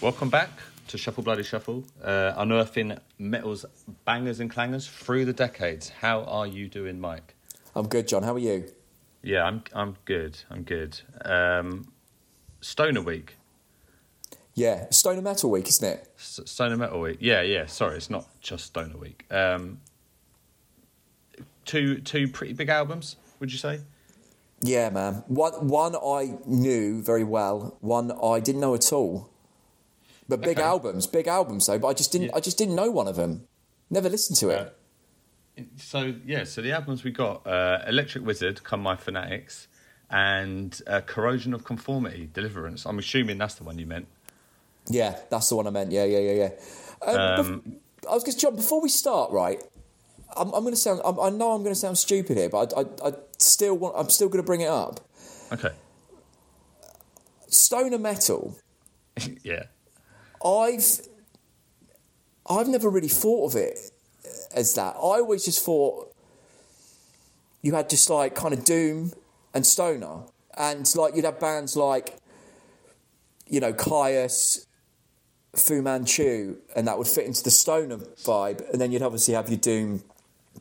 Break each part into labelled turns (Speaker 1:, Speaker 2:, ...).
Speaker 1: Welcome back to Shuffle Bloody Shuffle, uh, unearthing metal's bangers and clangers through the decades. How are you doing, Mike?
Speaker 2: I'm good, John. How are you?
Speaker 1: Yeah, I'm. I'm good. I'm good. Um, Stoner Week,
Speaker 2: Yeah, Stoner Metal Week, isn't it?
Speaker 1: S- Stoner Metal Week. Yeah, yeah. Sorry, it's not just Stoner Week. Um, two two pretty big albums. Would you say?
Speaker 2: Yeah, man. One, one I knew very well. One I didn't know at all. But big
Speaker 1: Okay.
Speaker 2: albums, big albums though. But I just didn't.
Speaker 1: Yeah.
Speaker 2: I just didn't know one of them. Never listened to it.
Speaker 1: Uh, So yeah, so the albums we got: uh, Electric Wizard, Come My Fanatics, and uh, Corrosion of Conformity, Deliverance. I'm assuming that's the one you meant.
Speaker 2: yeah, that's the one I meant. Yeah, yeah, yeah, yeah. Um, bef- I was going to John. Before we start, right? I'm, I'm going to sound. I'm, I know I'm going to sound stupid here, but I, I, I still want. I'm still going to bring it up.
Speaker 1: Okay.
Speaker 2: Stoner metal.
Speaker 1: yeah.
Speaker 2: I've I've never really thought of it as that. I always just thought you had just like kind of doom and stoner, and like you'd have bands like you know Caius, Fu Manchu, and that would fit into the stoner vibe, and then you'd obviously have your doom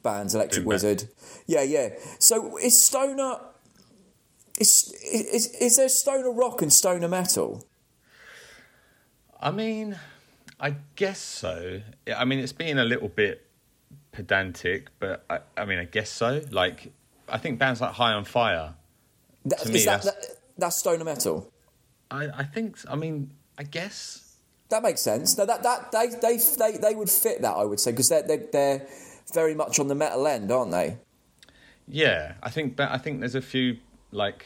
Speaker 2: bands, Electric
Speaker 1: Doom band.
Speaker 2: Wizard, yeah, yeah. So is stoner? Is, is is there stoner rock and stoner metal?
Speaker 1: I mean, I guess so. Yeah, I mean, it's being a little bit pedantic, but I, I mean, I guess so. Like, I think bands like High on Fire.
Speaker 2: That,
Speaker 1: To
Speaker 2: is
Speaker 1: me,
Speaker 2: that,
Speaker 1: that's-
Speaker 2: that that's stoner metal?
Speaker 1: I, I think. I mean, I guess.
Speaker 2: That makes sense. No, that that they they they, they would fit that I would say because they're, they're they're very much on the metal end, aren't they?
Speaker 1: Yeah, I think. But I think there's a few like.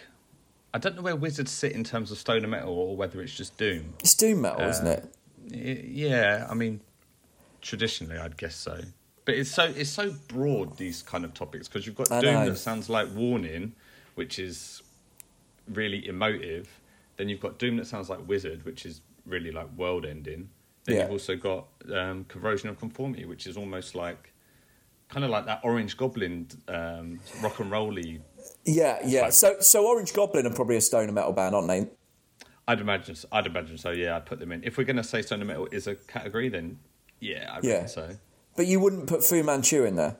Speaker 1: I don't know where wizards sit in terms of stoner metal, or whether it's just doom.
Speaker 2: It's doom metal, isn't it?
Speaker 1: Y- Yeah, I mean, traditionally, I'd guess so. But it's so it's so broad these kind of topics because you've got
Speaker 2: I
Speaker 1: doom
Speaker 2: know.
Speaker 1: that sounds like warning, which is really emotive. Then you've got doom that sounds like wizard, which is really like world ending. Then
Speaker 2: Yeah.
Speaker 1: you've also got um, corrosion of conformity, which is almost like kind of like that orange goblin um, rock and rolly.
Speaker 2: Yeah, yeah.
Speaker 1: Right.
Speaker 2: So so Orange Goblin are probably a stoner metal band, aren't they?
Speaker 1: I'd imagine. s- I'd imagine so. Yeah, I'd put them in. If we're gonna say stoner metal is a category, then yeah, I reckon
Speaker 2: Yeah.
Speaker 1: so.
Speaker 2: But you wouldn't put Fu Manchu in there.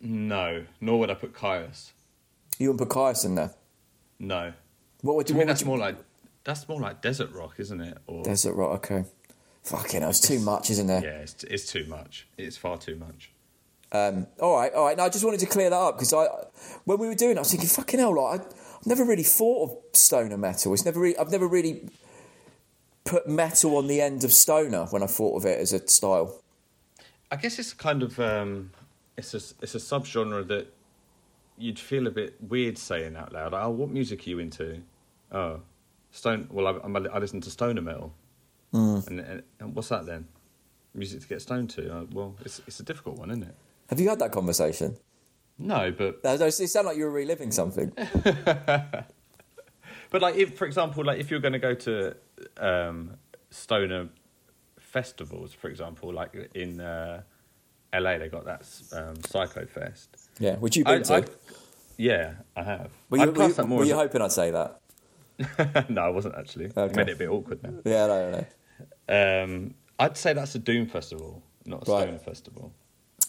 Speaker 1: No, nor would I put Caius.
Speaker 2: You wouldn't put Caius in there.
Speaker 1: No,
Speaker 2: What would
Speaker 1: I
Speaker 2: you?
Speaker 1: mean
Speaker 2: What would
Speaker 1: that's
Speaker 2: you
Speaker 1: more like that's more like desert rock, isn't it? Or
Speaker 2: Desert Rock. Okay. Fucking, hell, it's too much, isn't there?
Speaker 1: yeah, it's, it's too much. It's far too much.
Speaker 2: Um, all right, all right. Now I just wanted to clear that up because I, when we were doing, it, I was thinking, fucking hell, like I, I've never really thought of stoner metal. It's never, really, I've never really put metal on the end of stoner when I thought of it as a style.
Speaker 1: I guess it's kind of um, it's a it's a subgenre that you'd feel a bit weird saying out loud. Like, oh, what music are you into? Oh, stone. Well, I, I'm, a- I listen to stoner metal. And, and, and what's that then? Music to get stoned to. Uh, well, it's it's a difficult one, isn't it?
Speaker 2: Have you had that conversation?
Speaker 1: No, but
Speaker 2: No, no, It sounded like you were reliving something.
Speaker 1: But like, if for example, like if you're going to go to um, stoner festivals, for example, like in uh, LA, they got that um, Psycho Fest.
Speaker 2: Yeah, would you
Speaker 1: I,
Speaker 2: been to?
Speaker 1: I- yeah, I have.
Speaker 2: were you,
Speaker 1: I'd
Speaker 2: were
Speaker 1: class
Speaker 2: you,
Speaker 1: that more
Speaker 2: were
Speaker 1: as
Speaker 2: you
Speaker 1: a-
Speaker 2: hoping I'd say that?
Speaker 1: no, I wasn't actually.
Speaker 2: Okay.
Speaker 1: Made it a bit awkward now.
Speaker 2: Yeah, no, no, no.
Speaker 1: Um, I'd say that's a doom festival, not a
Speaker 2: Right.
Speaker 1: stoner festival.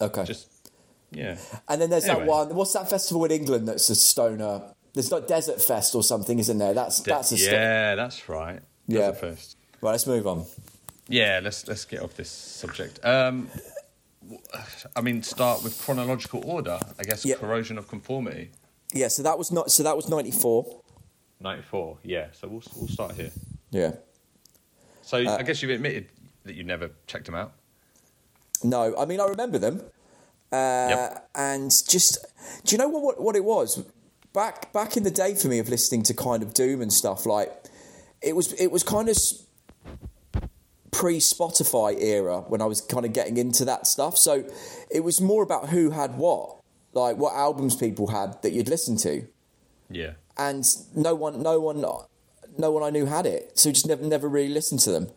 Speaker 2: Okay.
Speaker 1: Just yeah.
Speaker 2: and then there's
Speaker 1: anyway.
Speaker 2: that one. What's that festival in England that's a stoner? There's like Desert Fest or something, isn't there? That's that's a sto-
Speaker 1: yeah, that's right.
Speaker 2: Yeah.
Speaker 1: That's a fest.
Speaker 2: Right, let's move on.
Speaker 1: Yeah, let's let's get off this subject. Um, w- I mean, start with chronological order. I guess
Speaker 2: Yeah.
Speaker 1: corrosion of conformity.
Speaker 2: Yeah, so that was not. So that was ninety four.
Speaker 1: Ninety four. Yeah. So we'll we'll start here.
Speaker 2: Yeah.
Speaker 1: So
Speaker 2: Uh,
Speaker 1: I guess you've admitted that you never checked them out.
Speaker 2: No, I mean I remember them, uh,
Speaker 1: Yep.
Speaker 2: and just do you know what, what what it was back back in the day for me of listening to kind of doom and stuff like it was it was kind of pre Spotify era when I was kind of getting into that stuff. So it was more about who had what, like what albums people had that you'd listen to,
Speaker 1: Yeah.
Speaker 2: and no one no one no one I knew had it, so just never never really listened to them.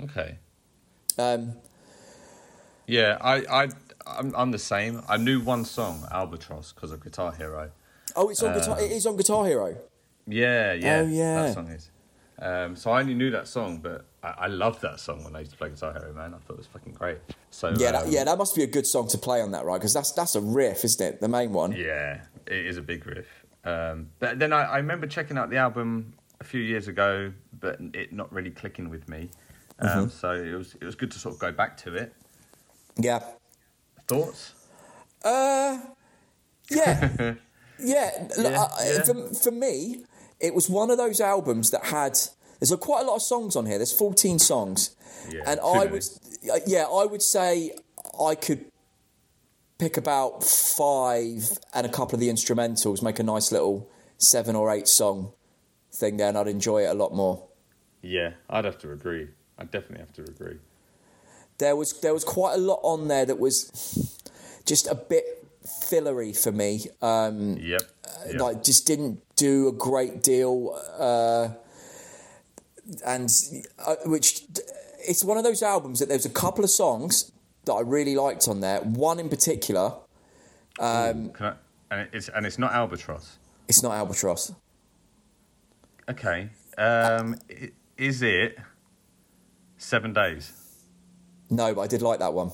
Speaker 1: Okay.
Speaker 2: Um,
Speaker 1: Yeah. I I I'm, I'm the same. I knew one song, Albatross, because of Guitar Hero.
Speaker 2: oh, it's on guitar. It is on Guitar Hero.
Speaker 1: Yeah. Yeah.
Speaker 2: Oh, yeah.
Speaker 1: That song is. Um, so I only knew that song, but I, I loved that song when I used to play Guitar Hero, man. I thought it was fucking great. So
Speaker 2: Yeah, that,
Speaker 1: um,
Speaker 2: yeah, that must be a good song to play on that, right? Because that's that's a riff, isn't it? The main one.
Speaker 1: Yeah, it is a big riff. Um, but then I, I remember checking out the album a few years ago, but it not really clicking with me. Um, So it was it was good to sort of go back to it.
Speaker 2: Yeah.
Speaker 1: Thoughts?
Speaker 2: Yeah. yeah. Look,
Speaker 1: Yeah,
Speaker 2: I- I-
Speaker 1: yeah.
Speaker 2: For, for me, it was one of those albums that had. There's a, quite a lot of songs on here. There's 14 songs,
Speaker 1: Yeah,
Speaker 2: and
Speaker 1: too
Speaker 2: I
Speaker 1: many.
Speaker 2: would, yeah, I would say I could pick about five and a couple of the instrumentals, make a nice little seven or eight song thing there, and I'd enjoy it a lot more.
Speaker 1: Yeah, I'd have to agree. I definitely have to agree.
Speaker 2: there was there was quite a lot on there that was just a bit fillery for me. Um,
Speaker 1: Yep. yep.
Speaker 2: Like just didn't do a great deal, uh, and uh, which it's one of those albums that there's a couple of songs that I really liked on there. One in particular,
Speaker 1: Can I, and it's and it's not albatross.
Speaker 2: it's not Albatross.
Speaker 1: Okay. Um, i- is it seven days?
Speaker 2: No, but I did like that one.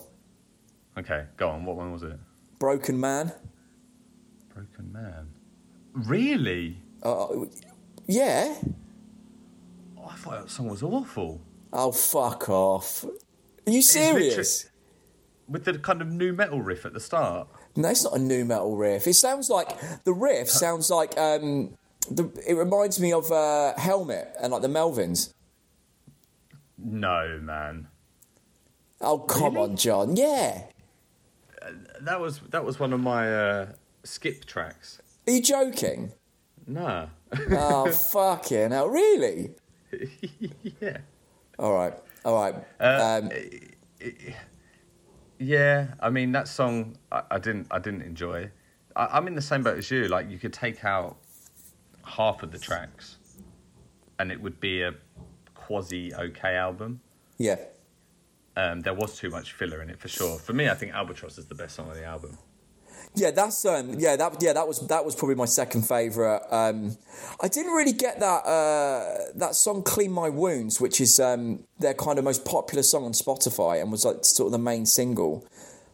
Speaker 1: Okay, go on. What one was it?
Speaker 2: Broken Man.
Speaker 1: Broken Man. Really?
Speaker 2: Uh, yeah.
Speaker 1: Oh, I thought that song was awful.
Speaker 2: Oh fuck off. Are you
Speaker 1: literally-
Speaker 2: serious?
Speaker 1: with the kind of new metal riff at the start.
Speaker 2: No, it's not a new metal riff. It sounds like the riff sounds like um, the, it reminds me of uh, Helmet and like the Melvins.
Speaker 1: No, man,
Speaker 2: Oh come
Speaker 1: Really?
Speaker 2: on, John. Yeah,
Speaker 1: that was that was one of my uh, skip tracks.
Speaker 2: are you joking?
Speaker 1: Nah,
Speaker 2: oh fucking hell, really?
Speaker 1: yeah, Uh,
Speaker 2: All right, all right. um,
Speaker 1: yeah. I mean, that song I, I didn't I didn't enjoy. I, I'm in the same boat as you. Like, you could take out half of the tracks, and it would be a quasi okay album.
Speaker 2: yeah,
Speaker 1: Um, there was too much filler in it for sure. For me, I think Albatross is the best song on the album.
Speaker 2: yeah. That's um, yeah, that yeah, that was that was probably my second favorite. Um, I didn't really get that uh, that song "Clean My Wounds," which is um, their kind of most popular song on Spotify and was like sort of the main single.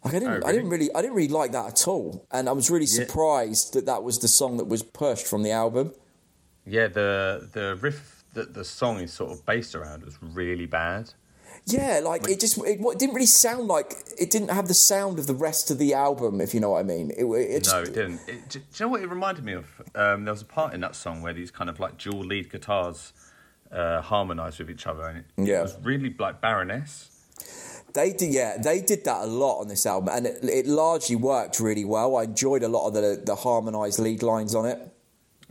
Speaker 2: Like I didn't,
Speaker 1: Oh,
Speaker 2: I didn't really, I didn't really like that at all, and I was really
Speaker 1: Yeah.
Speaker 2: surprised that that was the song that was pushed from the album.
Speaker 1: Yeah, the the riff that the song is sort of based around was really bad.
Speaker 2: Yeah, like it just, it, what- it didn't really sound like it didn't have the sound of the rest of the album, if you know what I mean. It, it just,
Speaker 1: No, it didn't. It, do, do you know what it reminded me of? Um, there was a part in that song where these kind of like dual lead guitars uh, harmonized with each other, and it,
Speaker 2: Yeah.
Speaker 1: it was really like Baroness.
Speaker 2: They did, yeah, they did that a lot on this album, and it, it largely worked really well. I enjoyed a lot of the the harmonised lead lines on it.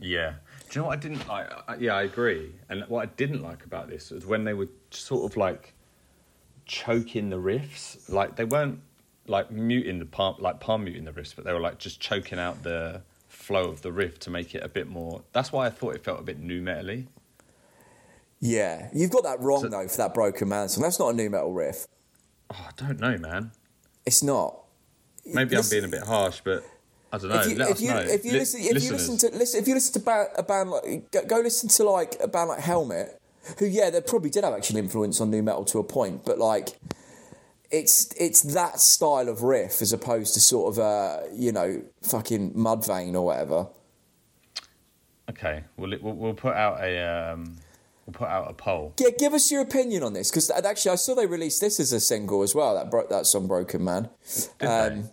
Speaker 1: Yeah. Do you know what I didn't like? I, yeah, I agree. And what I didn't like about this was when they were sort of like choking the riffs. Like they weren't like muting the palm, like palm muting the riffs, but they were like just choking out the flow of the riff to make it a bit more. That's why I thought it felt a bit new metally.
Speaker 2: Yeah, you've got that wrong
Speaker 1: So-
Speaker 2: though for that Broken Man song. That's not a new metal riff.
Speaker 1: Oh, I don't know, man.
Speaker 2: It's not.
Speaker 1: Maybe
Speaker 2: Listen-
Speaker 1: I'm being a bit harsh, but I don't know.
Speaker 2: if you,
Speaker 1: Let
Speaker 2: if
Speaker 1: us
Speaker 2: you,
Speaker 1: know.
Speaker 2: If you
Speaker 1: Li-
Speaker 2: listen, if you
Speaker 1: listeners.
Speaker 2: listen to listen, if you listen to ba- a band like go, go listen to like a band like Helmet, who yeah, they probably did have actually influence on new metal to a point, but like it's it's that style of riff as opposed to sort of uh you know fucking Mudvayne or whatever.
Speaker 1: okay, we'll, we'll we'll put out a um, we'll put out a poll.
Speaker 2: Yeah, give us your opinion on this because actually I saw they released this as a single as well. That bro- that song "Broken Man," um,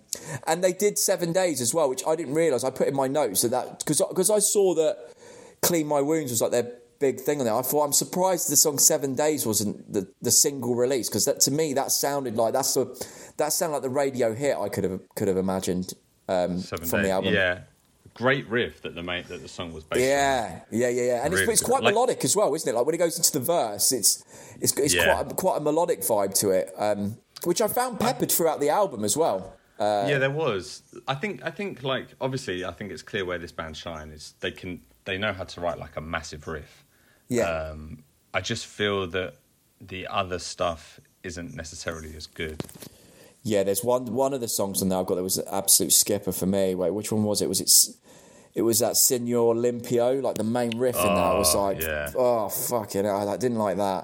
Speaker 2: and they did Seven Days as well, which I didn't realize. I put in my notes that that because because I saw that "Clean My Wounds" was like their big thing on there. I thought I'm surprised the song Seven Days wasn't the, the single release because that to me that sounded like that's the that sounded like the radio hit I could have could have imagined um,
Speaker 1: Seven
Speaker 2: from
Speaker 1: days.
Speaker 2: the album.
Speaker 1: Yeah, great riff that the mate that the song was based. on.
Speaker 2: Yeah, yeah, yeah, yeah. And it's,
Speaker 1: Really
Speaker 2: it's
Speaker 1: good.
Speaker 2: quite
Speaker 1: Like-
Speaker 2: melodic as well, isn't it? Like when it goes into the verse, it's it's, it's
Speaker 1: Yeah.
Speaker 2: quite a, quite a melodic vibe to it, um, which I found peppered throughout the album as well.
Speaker 1: yeah, there was. I think. I think. Like, obviously, I think it's clear where this band shine is. They can. They know how to write like a massive riff.
Speaker 2: Yeah,
Speaker 1: Um, I just feel that the other stuff isn't necessarily as good.
Speaker 2: yeah. There's one one of the songs on there I've got that was an absolute skipper for me. Wait, which one was it? Was it? S- It was that Signor Limpio, like the main riff in that was
Speaker 1: Oh,
Speaker 2: like,
Speaker 1: yeah.
Speaker 2: oh fucking, hell, I didn't like that.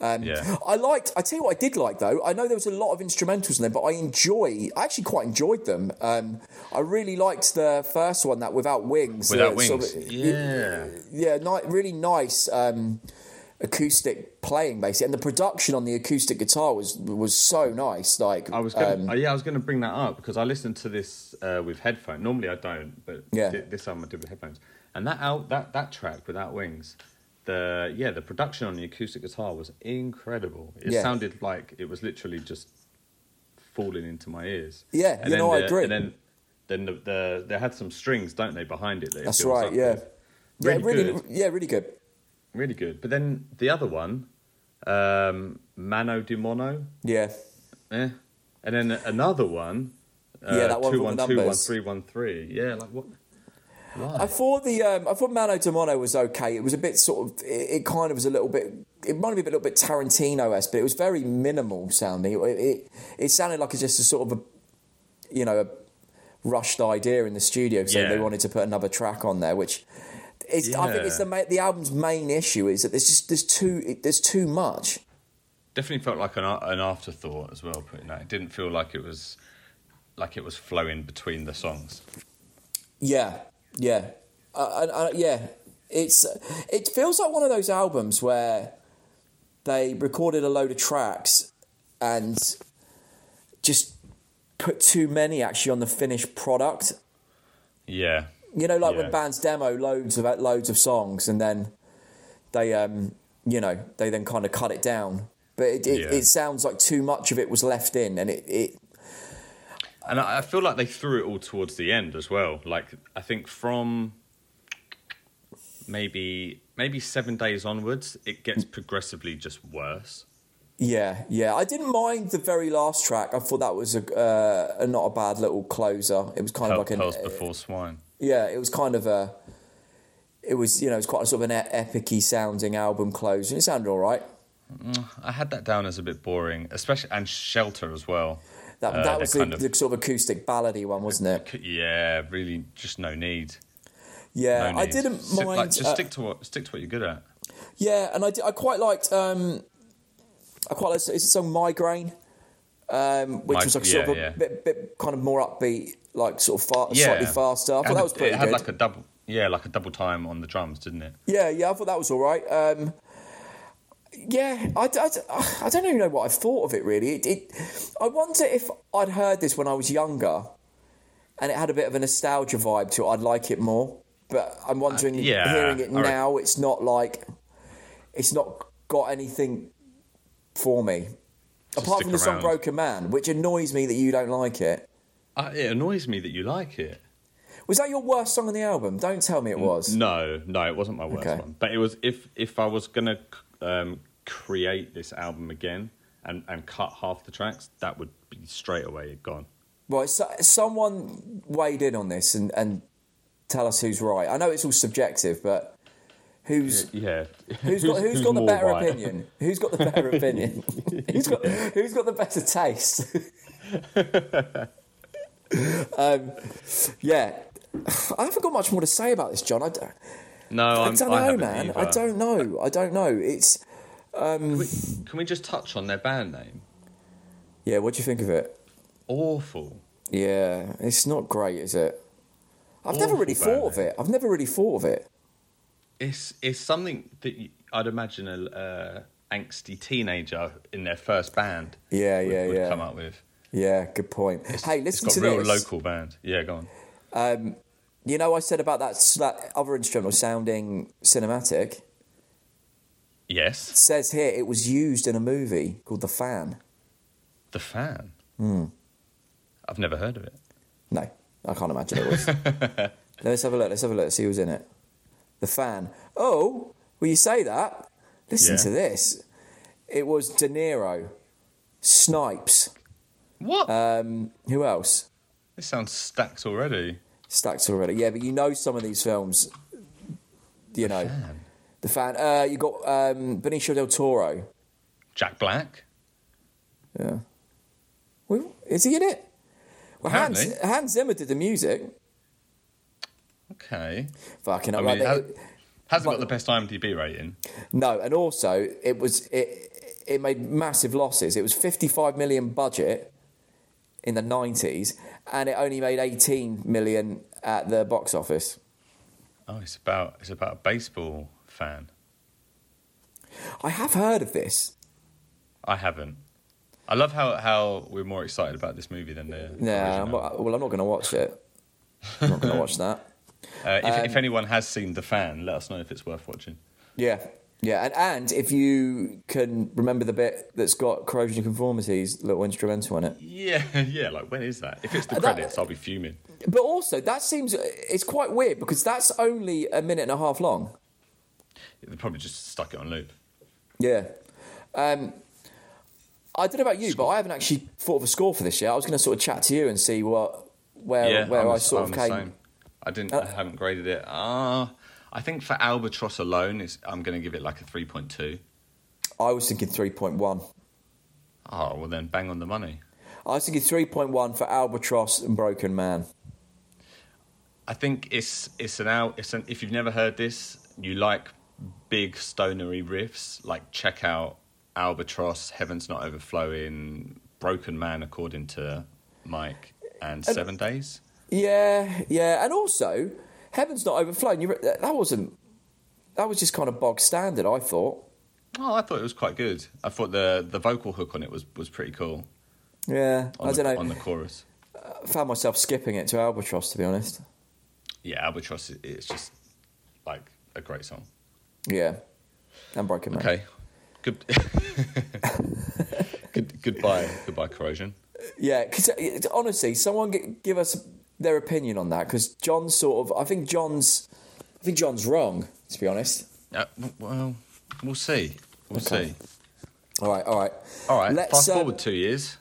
Speaker 2: Um,
Speaker 1: Yeah.
Speaker 2: I liked. I tell you what, I did like though. I know there was a lot of instrumentals in there, but I enjoy. I actually quite enjoyed them. Um, I really liked the first one, that without wings.
Speaker 1: Without
Speaker 2: the sort
Speaker 1: wings.
Speaker 2: of-
Speaker 1: yeah.
Speaker 2: yeah, ni- really nice um, acoustic playing, basically, and the production on the acoustic guitar was was so nice. Like,
Speaker 1: I was gonna,
Speaker 2: um,
Speaker 1: uh, yeah, I was going to bring that up because I listened to this uh, with headphones. Normally I don't, but
Speaker 2: Yeah.
Speaker 1: thi- this time I did with headphones. And that out that that track without wings, the yeah, the production on the acoustic guitar was incredible. It
Speaker 2: Yeah.
Speaker 1: sounded like it was literally just falling into my ears.
Speaker 2: Yeah, you
Speaker 1: then
Speaker 2: know, I
Speaker 1: the-
Speaker 2: agree.
Speaker 1: And then then the, the they had some strings, don't they, behind it? That it
Speaker 2: That's
Speaker 1: builds
Speaker 2: right,
Speaker 1: up
Speaker 2: yeah.
Speaker 1: with. Really,
Speaker 2: yeah, really,
Speaker 1: good,
Speaker 2: yeah, really good.
Speaker 1: really good. But then the other one, um, Mano di Mono.
Speaker 2: Yeah,
Speaker 1: Yeah. Eh? And then another one. Uh,
Speaker 2: Yeah, that one with
Speaker 1: two
Speaker 2: the
Speaker 1: one two one
Speaker 2: numbers.
Speaker 1: three one three. Yeah, like what?
Speaker 2: I thought the um, I thought Mano de Mono was okay. It was a bit sort of, it, it kind of was a little bit. It might have been a little bit Tarantino esque, but it was very minimal sounding. It, it it sounded like it's just a sort of a, you know, a rushed idea in the studio. So
Speaker 1: Yeah.
Speaker 2: they wanted to put another track on there, which is, I think it's the
Speaker 1: Yeah.
Speaker 2: ma- the album's main issue is that there's just there's too it- there's too much.
Speaker 1: Definitely felt like an a- an afterthought as well. Putting that, it didn't feel like it was like it was flowing between the songs.
Speaker 2: Yeah, yeah, uh, and uh, yeah. It's it feels like one of those albums where they recorded a load of tracks and just put too many actually on the finished product.
Speaker 1: Yeah,
Speaker 2: You know, like
Speaker 1: Yeah.
Speaker 2: when bands demo loads of loads of songs and then they, um, you know, they then kind of cut it down. But it, it,
Speaker 1: Yeah.
Speaker 2: it sounds like too much of it was left in, and it, it
Speaker 1: and I, I feel like they threw it all towards the end as well. Like I think from maybe maybe seven days onwards, it gets progressively just worse.
Speaker 2: Yeah, yeah. I didn't mind the very last track. I thought that was a, uh, a not a bad little closer. It was kind
Speaker 1: Pearl,
Speaker 2: of like an
Speaker 1: Pearls before swine.
Speaker 2: yeah. It was kind of a. It was you know it was quite a sort of an e- epic-y sounding album close, and it sounded all right.
Speaker 1: I had that down as a bit boring, especially and shelter as well.
Speaker 2: That
Speaker 1: Uh,
Speaker 2: that
Speaker 1: the
Speaker 2: was the,
Speaker 1: kind of-
Speaker 2: the sort of acoustic ballady one, wasn't it?
Speaker 1: C- Yeah, really, just no need.
Speaker 2: Yeah,
Speaker 1: No
Speaker 2: I
Speaker 1: need.
Speaker 2: didn't
Speaker 1: Sit-
Speaker 2: mind.
Speaker 1: like, just
Speaker 2: uh,
Speaker 1: stick to what stick to what you're good at.
Speaker 2: Yeah, and I, did, I quite liked. Um, I quite liked. Is it song migraine? Um, which
Speaker 1: Mig-
Speaker 2: was like
Speaker 1: yeah,
Speaker 2: sort of a
Speaker 1: yeah.
Speaker 2: bit, bit kind of more upbeat, like sort of fa-
Speaker 1: Yeah,
Speaker 2: slightly faster.
Speaker 1: It
Speaker 2: I thought
Speaker 1: had
Speaker 2: that
Speaker 1: a-
Speaker 2: was pretty
Speaker 1: It had
Speaker 2: good.
Speaker 1: like a double, yeah, like a double time on the drums, didn't it?
Speaker 2: Yeah, yeah, I thought that was all right. Um, yeah, I, I, I don't even know what I thought of it really. It, it, I wonder if I'd heard this when I was younger and it had a bit of a nostalgia vibe to it, I'd like it more. But I'm wondering,
Speaker 1: Uh, yeah,
Speaker 2: hearing it
Speaker 1: I re-
Speaker 2: now, it's not like, it's not got anything for me. Apart
Speaker 1: stick
Speaker 2: from the song
Speaker 1: around.
Speaker 2: Broken Man, which annoys me that you don't like it.
Speaker 1: Uh, it annoys me that you like it.
Speaker 2: Was that your worst song on the album? Don't tell me it was.
Speaker 1: No, no, it wasn't my worst
Speaker 2: Okay.
Speaker 1: one, but it was. If if I was gonna c- um, create this album again and and cut half the tracks, that would be straight away gone.
Speaker 2: Right, so, someone weighed in on this and, and tell us who's right. I know it's all subjective, but who's
Speaker 1: Yeah,
Speaker 2: who's got who's got the
Speaker 1: more
Speaker 2: better
Speaker 1: right?
Speaker 2: opinion? Who's got the better opinion? who's got who's got the better taste? um, yeah, I haven't got much more to say about this, John. I, d-
Speaker 1: No,
Speaker 2: I
Speaker 1: I'm,
Speaker 2: don't
Speaker 1: I
Speaker 2: know,
Speaker 1: haven't
Speaker 2: man. I
Speaker 1: either.
Speaker 2: don't know. I don't know. It's
Speaker 1: Can we, can we just touch on their band name?
Speaker 2: yeah. What do you think of it?
Speaker 1: Awful.
Speaker 2: Yeah, it's not great, is it? I've never
Speaker 1: Awful
Speaker 2: really thought of
Speaker 1: band.
Speaker 2: it. I've never really thought of it.
Speaker 1: It's it's something that you, I'd imagine a uh, angsty teenager in their first band.
Speaker 2: Yeah,
Speaker 1: would,
Speaker 2: yeah,
Speaker 1: would
Speaker 2: yeah.
Speaker 1: come up with.
Speaker 2: Yeah, good point. hey, listen
Speaker 1: it's
Speaker 2: to
Speaker 1: got real
Speaker 2: this.
Speaker 1: local band. Yeah, go on.
Speaker 2: You know, I said about that, s- that other instrumental sounding cinematic. It
Speaker 1: Yes,
Speaker 2: says here it was used in a movie called The Fan.
Speaker 1: the fan.
Speaker 2: Hmm.
Speaker 1: I've never heard of it.
Speaker 2: No, I can't imagine it was. let's have a look. Let's have a look. See who's in it. The Fan. Oh, will you say that? Listen
Speaker 1: Yeah.
Speaker 2: to this. It was De Niro, Snipes.
Speaker 1: What?
Speaker 2: Um, who else?
Speaker 1: this sounds stacked already.
Speaker 2: Stacked already. Yeah, but you know some of these films. You know,
Speaker 1: Fan.
Speaker 2: The Fan. Uh, you got um, Benicio del Toro.
Speaker 1: Jack Black.
Speaker 2: Yeah. Well, is he in it? Well, Hans,
Speaker 1: Apparently.
Speaker 2: Hans Zimmer did the music.
Speaker 1: Okay.
Speaker 2: Fucking
Speaker 1: I
Speaker 2: up.
Speaker 1: mean,
Speaker 2: like
Speaker 1: it
Speaker 2: they-
Speaker 1: has, hasn't got the best IMDb rating.
Speaker 2: No, and also it was it it made massive losses. It was 55 million budget in the 90s, and it only made 18 million at the box office.
Speaker 1: Oh, it's about it's about a baseball fan.
Speaker 2: I have heard of this.
Speaker 1: I haven't. I love how, how we're more excited about this movie than the.
Speaker 2: No,
Speaker 1: original.
Speaker 2: I'm not, well, I'm not going to watch it. I'm not going to watch that.
Speaker 1: Uh, if,
Speaker 2: Um,
Speaker 1: if anyone has seen The Fan, let us know if it's worth watching.
Speaker 2: Yeah, yeah, and and if you can remember the bit that's got corrosion of conformities little instrumental in it.
Speaker 1: Yeah, yeah. Like when is that? If it's the
Speaker 2: Uh, That-
Speaker 1: credits, I'll be fuming.
Speaker 2: But also, that seems it's quite weird because that's only a minute and a half long.
Speaker 1: They probably just stuck it on loop.
Speaker 2: Yeah. Um, I don't know about you, but I haven't actually thought of a score for this year. I was going to sort of chat to you and see what where
Speaker 1: yeah,
Speaker 2: Uh, where
Speaker 1: I'm
Speaker 2: I
Speaker 1: the-
Speaker 2: sort
Speaker 1: I'm
Speaker 2: of
Speaker 1: the
Speaker 2: came.
Speaker 1: same. I didn't. I
Speaker 2: Uh,
Speaker 1: haven't graded it. Ah, I think for Albatross alone, it's, I'm going to give it like a three point two.
Speaker 2: I was thinking three point one.
Speaker 1: Oh well, then bang on the money.
Speaker 2: I was thinking three point one for Albatross and Broken Man.
Speaker 1: I think it's it's an out. It's an if you've never heard this, you like big stonery riffs. Like check out Albatross, Heaven's Not Overflowing, Broken Man, according to Mike, and Seven Days.
Speaker 2: Yeah, yeah, and also Heaven's Not Overflowing. You re- that wasn't that was just kind of bog standard. I thought.
Speaker 1: Oh, I thought it was quite good. I thought the the vocal hook on it was was pretty cool.
Speaker 2: Yeah,
Speaker 1: On
Speaker 2: I
Speaker 1: the,
Speaker 2: don't know.
Speaker 1: on the chorus.
Speaker 2: I found myself skipping it to Albatross to be honest.
Speaker 1: Yeah, Albatross i- is just like a great song.
Speaker 2: Yeah, and Broken Man.
Speaker 1: Okay, good. good goodbye, goodbye, corrosion.
Speaker 2: Yeah, because honestly, someone g- give us their opinion on that. Because John's sort of, I think John's, I think John's wrong. To be honest.
Speaker 1: Uh, w- well, we'll see. We'll
Speaker 2: Okay.
Speaker 1: see.
Speaker 2: All right, all right,
Speaker 1: All right.
Speaker 2: Let's,
Speaker 1: fast
Speaker 2: um,
Speaker 1: forward two years.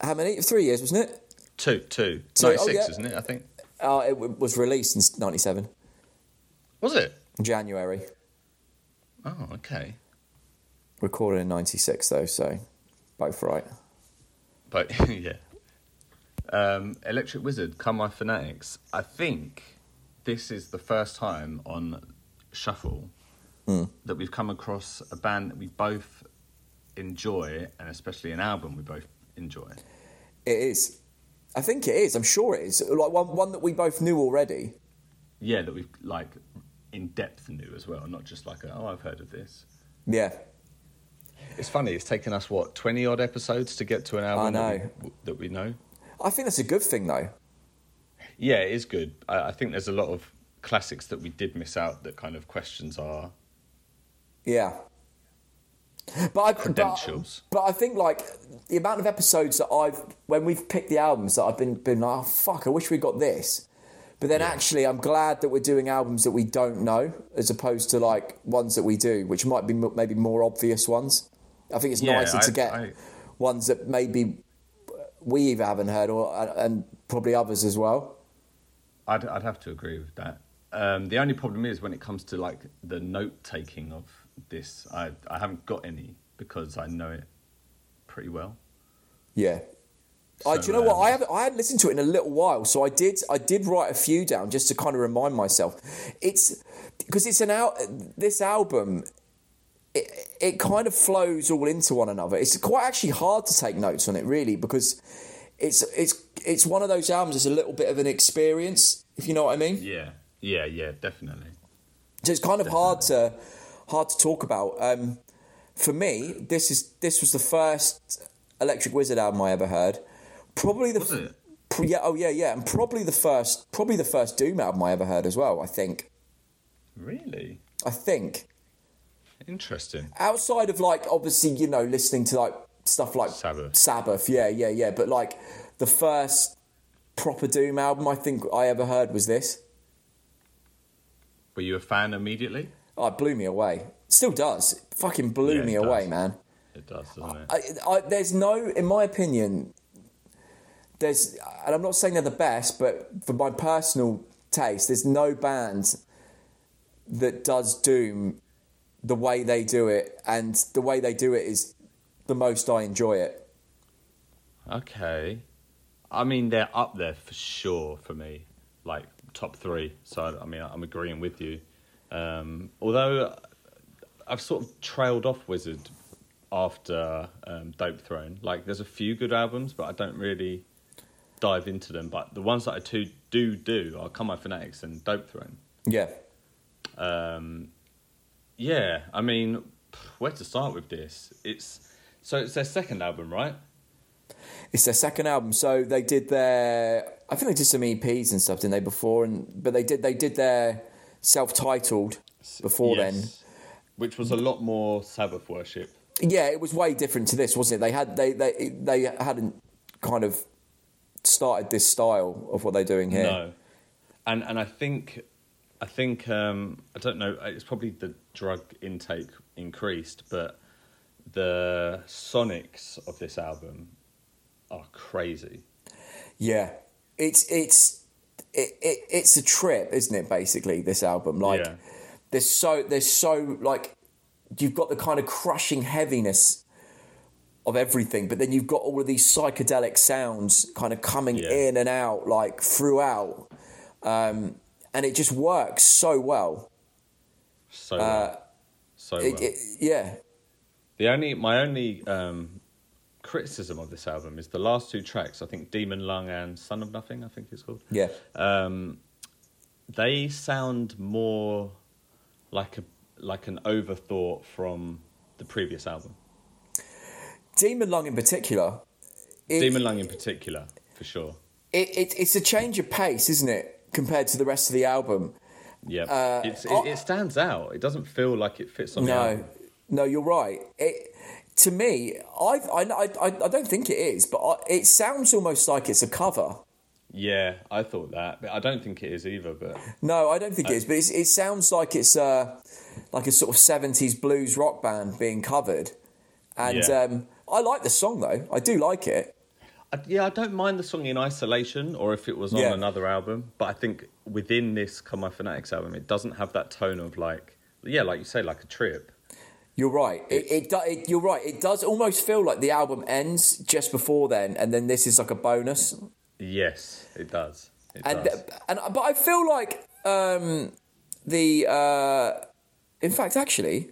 Speaker 2: How many? Three years, wasn't it?
Speaker 1: Two, two.
Speaker 2: Two,
Speaker 1: 96,
Speaker 2: oh, yeah.
Speaker 1: isn't it? I think.
Speaker 2: Uh, it w- was released in '97,
Speaker 1: Was it?
Speaker 2: January.
Speaker 1: Oh, okay.
Speaker 2: Recorded in '96, though, so both right.
Speaker 1: But yeah. Um, Electric Wizard, Come My Fanatics. I think this is the first time on Shuffle
Speaker 2: Hmm.
Speaker 1: that we've come across a band that we both enjoy, and especially an album we both enjoy.
Speaker 2: It is. I think it is. I'm sure it is. Like one, one that we both knew already.
Speaker 1: Yeah, that we've like in depth knew as well, not just like a, oh, I've heard of this.
Speaker 2: Yeah,
Speaker 1: It's funny. It's taken us what twenty odd episodes to get to an album
Speaker 2: know.
Speaker 1: That, we, that we know.
Speaker 2: I think that's a good thing, though.
Speaker 1: Yeah, it is good. I, I think there's a lot of classics that we did miss out that kind of questions are
Speaker 2: Yeah. But I,
Speaker 1: Credentials.
Speaker 2: But, but I think like the amount of episodes that I've when we've picked the albums that I've been been like, oh fuck, I wish we got this. But then actually, I'm glad that we're doing albums that we don't know, as opposed to like ones that we do, which might be m- maybe more obvious ones. I think it's
Speaker 1: Yeah,
Speaker 2: nicer to
Speaker 1: I-
Speaker 2: get
Speaker 1: I-
Speaker 2: ones that maybe we either haven't heard or and- and probably others as well.
Speaker 1: I'd, I'd have to agree with that. Um, the only problem is when it comes to like the note taking of this, I, I haven't got any because I know it pretty well.
Speaker 2: Yeah. I, do
Speaker 1: So,
Speaker 2: you know what?
Speaker 1: um,
Speaker 2: I haven't I hadn't listened to it in a little while, so I did I did write a few down just to kind of remind myself. It's because it's an out this album. It, it kind of flows all into one another. It's quite actually hard to take notes on it, really, because it's it's it's one of those albums. It's a little bit of an experience, if you know what I mean.
Speaker 1: Yeah, yeah, yeah, definitely.
Speaker 2: So it's kind of hard to hard to talk about. Um, for me, this is this was the first Electric Wizard album I ever heard. Probably the
Speaker 1: Was it?
Speaker 2: pr- yeah oh yeah yeah, and probably the first probably the first Doom album I ever heard as well. I think
Speaker 1: Really
Speaker 2: I think
Speaker 1: interesting.
Speaker 2: outside of like obviously you know listening to like stuff like
Speaker 1: Sabbath.
Speaker 2: Sabbath yeah yeah yeah, but like the first proper Doom album I think I ever heard was this.
Speaker 1: Were you a fan immediately?
Speaker 2: Oh, it blew me away. Still does. Fucking blew
Speaker 1: Yeah, it
Speaker 2: me away,
Speaker 1: does.
Speaker 2: man.
Speaker 1: It does, doesn't it?
Speaker 2: I, I, there's no, in my opinion, there's, and I'm not saying they're the best, but for my personal taste, there's no band that does Doom the way they do it, and the way they do it is the most I enjoy it.
Speaker 1: Okay. I mean, they're up there for sure for me. like top three. So I, I mean, I'm agreeing with you. Um, although I've sort of trailed off Wizard after um, Dope Throne. Like, there's a few good albums, but I don't really dive into them. But the ones that I do do, do are Come My Fanatics and Dope Throne.
Speaker 2: Yeah.
Speaker 1: Yeah, I mean, where to start with this? It's so it's their second album, right?
Speaker 2: It's their second album, so they did their. I think they did some EPs and stuff, didn't they? Before and but they did they did their self-titled before
Speaker 1: Yes. which was a lot more Sabbath worship.
Speaker 2: then. Yeah, it was way different to this, wasn't it? They had they they they hadn't kind of started this style of what they're doing here.
Speaker 1: No, and and I think I think um, I don't know. It's probably the drug intake increased, but the sonics of this album are crazy.
Speaker 2: Yeah, it's it's it, it it's a trip, isn't it? Basically, this album like
Speaker 1: Yeah.
Speaker 2: there's so there's so like you've got the kind of crushing heaviness of everything, but then you've got all of these psychedelic sounds kind of coming
Speaker 1: Yeah.
Speaker 2: in and out like throughout, um, and it just works so well.
Speaker 1: So well. so
Speaker 2: Uh, It,
Speaker 1: well.
Speaker 2: it, yeah,
Speaker 1: The only my only um, criticism of this album is the last two tracks. I think Demon Lung and Son of Nothing. I think it's called.
Speaker 2: yeah,
Speaker 1: They sound more like a like an overthought from the previous album.
Speaker 2: Demon Lung in particular. it-
Speaker 1: Demon Lung in particular, for sure.
Speaker 2: it, it, it's a change of pace, isn't it, compared to the rest of the album?
Speaker 1: Yeah, it's, it,
Speaker 2: oh-
Speaker 1: it stands out. It doesn't feel like it fits on. the
Speaker 2: No,
Speaker 1: album.
Speaker 2: no, you're right. It to me, I I, I, I don't think it is, but I, it sounds almost like it's a cover.
Speaker 1: Yeah, I thought that, but I don't think it is either. But
Speaker 2: No, I don't think it is, but it's, it sounds like it's uh like a sort of seventies blues rock band being covered, and
Speaker 1: Yeah.
Speaker 2: um, I like the song though. I do like it.
Speaker 1: I, yeah, I don't mind the song in isolation or if it was on
Speaker 2: Yeah.
Speaker 1: another album, but I think within this Come My Fanatics album, it doesn't have that tone of like, yeah, like you say, like a trip.
Speaker 2: You're right. It, it, do- it you're right. It does almost feel like the album ends just before then, and then this is like a bonus.
Speaker 1: Yes, it does. It
Speaker 2: and
Speaker 1: does.
Speaker 2: and but I feel like um, the uh, in fact actually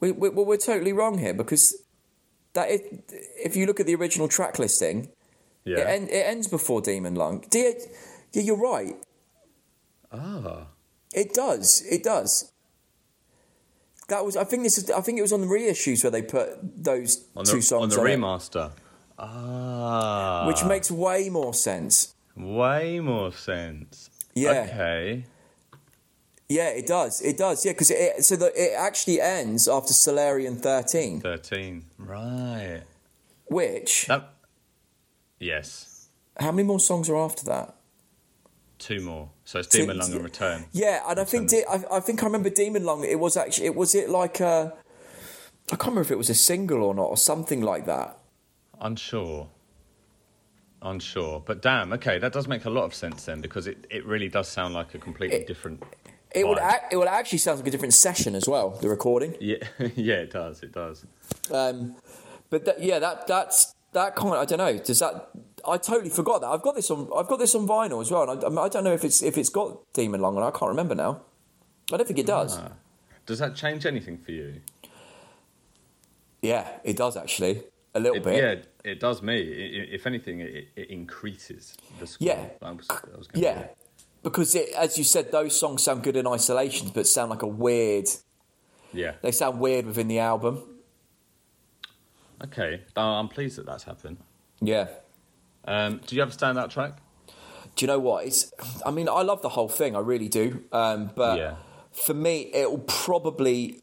Speaker 2: we, we well, we're totally wrong here because that is, if you look at the original track listing
Speaker 1: yeah.
Speaker 2: it, en- it ends before Demon Lung. Do you- yeah, you're right.
Speaker 1: ah,
Speaker 2: It does. It does. That was I think this is I think it was on the reissues where they put those
Speaker 1: on the,
Speaker 2: two songs
Speaker 1: on the
Speaker 2: it,
Speaker 1: remaster. Ah.
Speaker 2: which makes way more sense.
Speaker 1: way more sense.
Speaker 2: Yeah.
Speaker 1: Okay.
Speaker 2: Yeah, it does. It does. Yeah, because it, so the, it actually ends after Solarian thirteen,
Speaker 1: 13. Right.
Speaker 2: which
Speaker 1: That. Yes.
Speaker 2: how many more songs are after that?
Speaker 1: Two more. So it's Demon
Speaker 2: Two-
Speaker 1: Lung and Return.
Speaker 2: Yeah, and I think De- I, I think I remember Demon Lung. It was actually it was it like a I can't remember if it was a single or not or something like that.
Speaker 1: Unsure. Unsure. But damn, okay, that does make a lot of sense then because it, it really does sound like a completely different.
Speaker 2: It would
Speaker 1: vibe.
Speaker 2: ac it would actually sound like a different session as well. The recording,
Speaker 1: Yeah, yeah, it does. It does.
Speaker 2: um, but that, yeah, that that's that kind. I don't know. Does that? I totally forgot that. I've got this on. I've got this on vinyl as well, and I- I, mean, I don't know if it's if it's got Demon Lung, and I can't remember now. I don't think it does.
Speaker 1: Ah. Does that change anything for you?
Speaker 2: Yeah, it does actually a little
Speaker 1: It-
Speaker 2: bit.
Speaker 1: yeah, it does me. I- I- if anything, it, it increases the score.
Speaker 2: Yeah.
Speaker 1: That was, that was gonna
Speaker 2: Yeah, because it, as you said, those songs sound good in isolation, but sound like a weird.
Speaker 1: be- Yeah.
Speaker 2: They sound weird within the album.
Speaker 1: Okay. Uh, I'm pleased that that's happened.
Speaker 2: Yeah.
Speaker 1: Um, do you have a standout track?
Speaker 2: Do you know what? It's. I mean, I love the whole thing. I really do. Um, but
Speaker 1: Yeah.
Speaker 2: for me, it will probably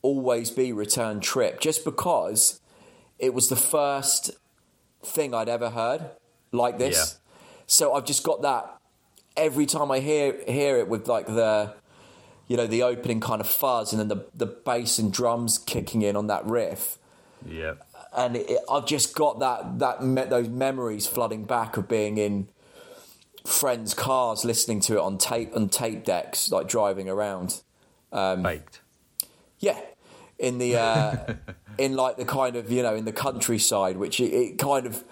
Speaker 2: always be Return Trip, just because it was the first thing I'd ever heard like this. So I've just got that every time I hear hear it with like the you know the opening kind of fuzz and then the the bass and drums kicking in on that riff
Speaker 1: Yeah.
Speaker 2: and it, it- I've just got that that me- those memories flooding back of being in friends' cars, listening to it on tape on tape decks, like driving around. Um,
Speaker 1: Baked.
Speaker 2: Yeah, in the uh, in like the kind of you know in the countryside, which it, it kind of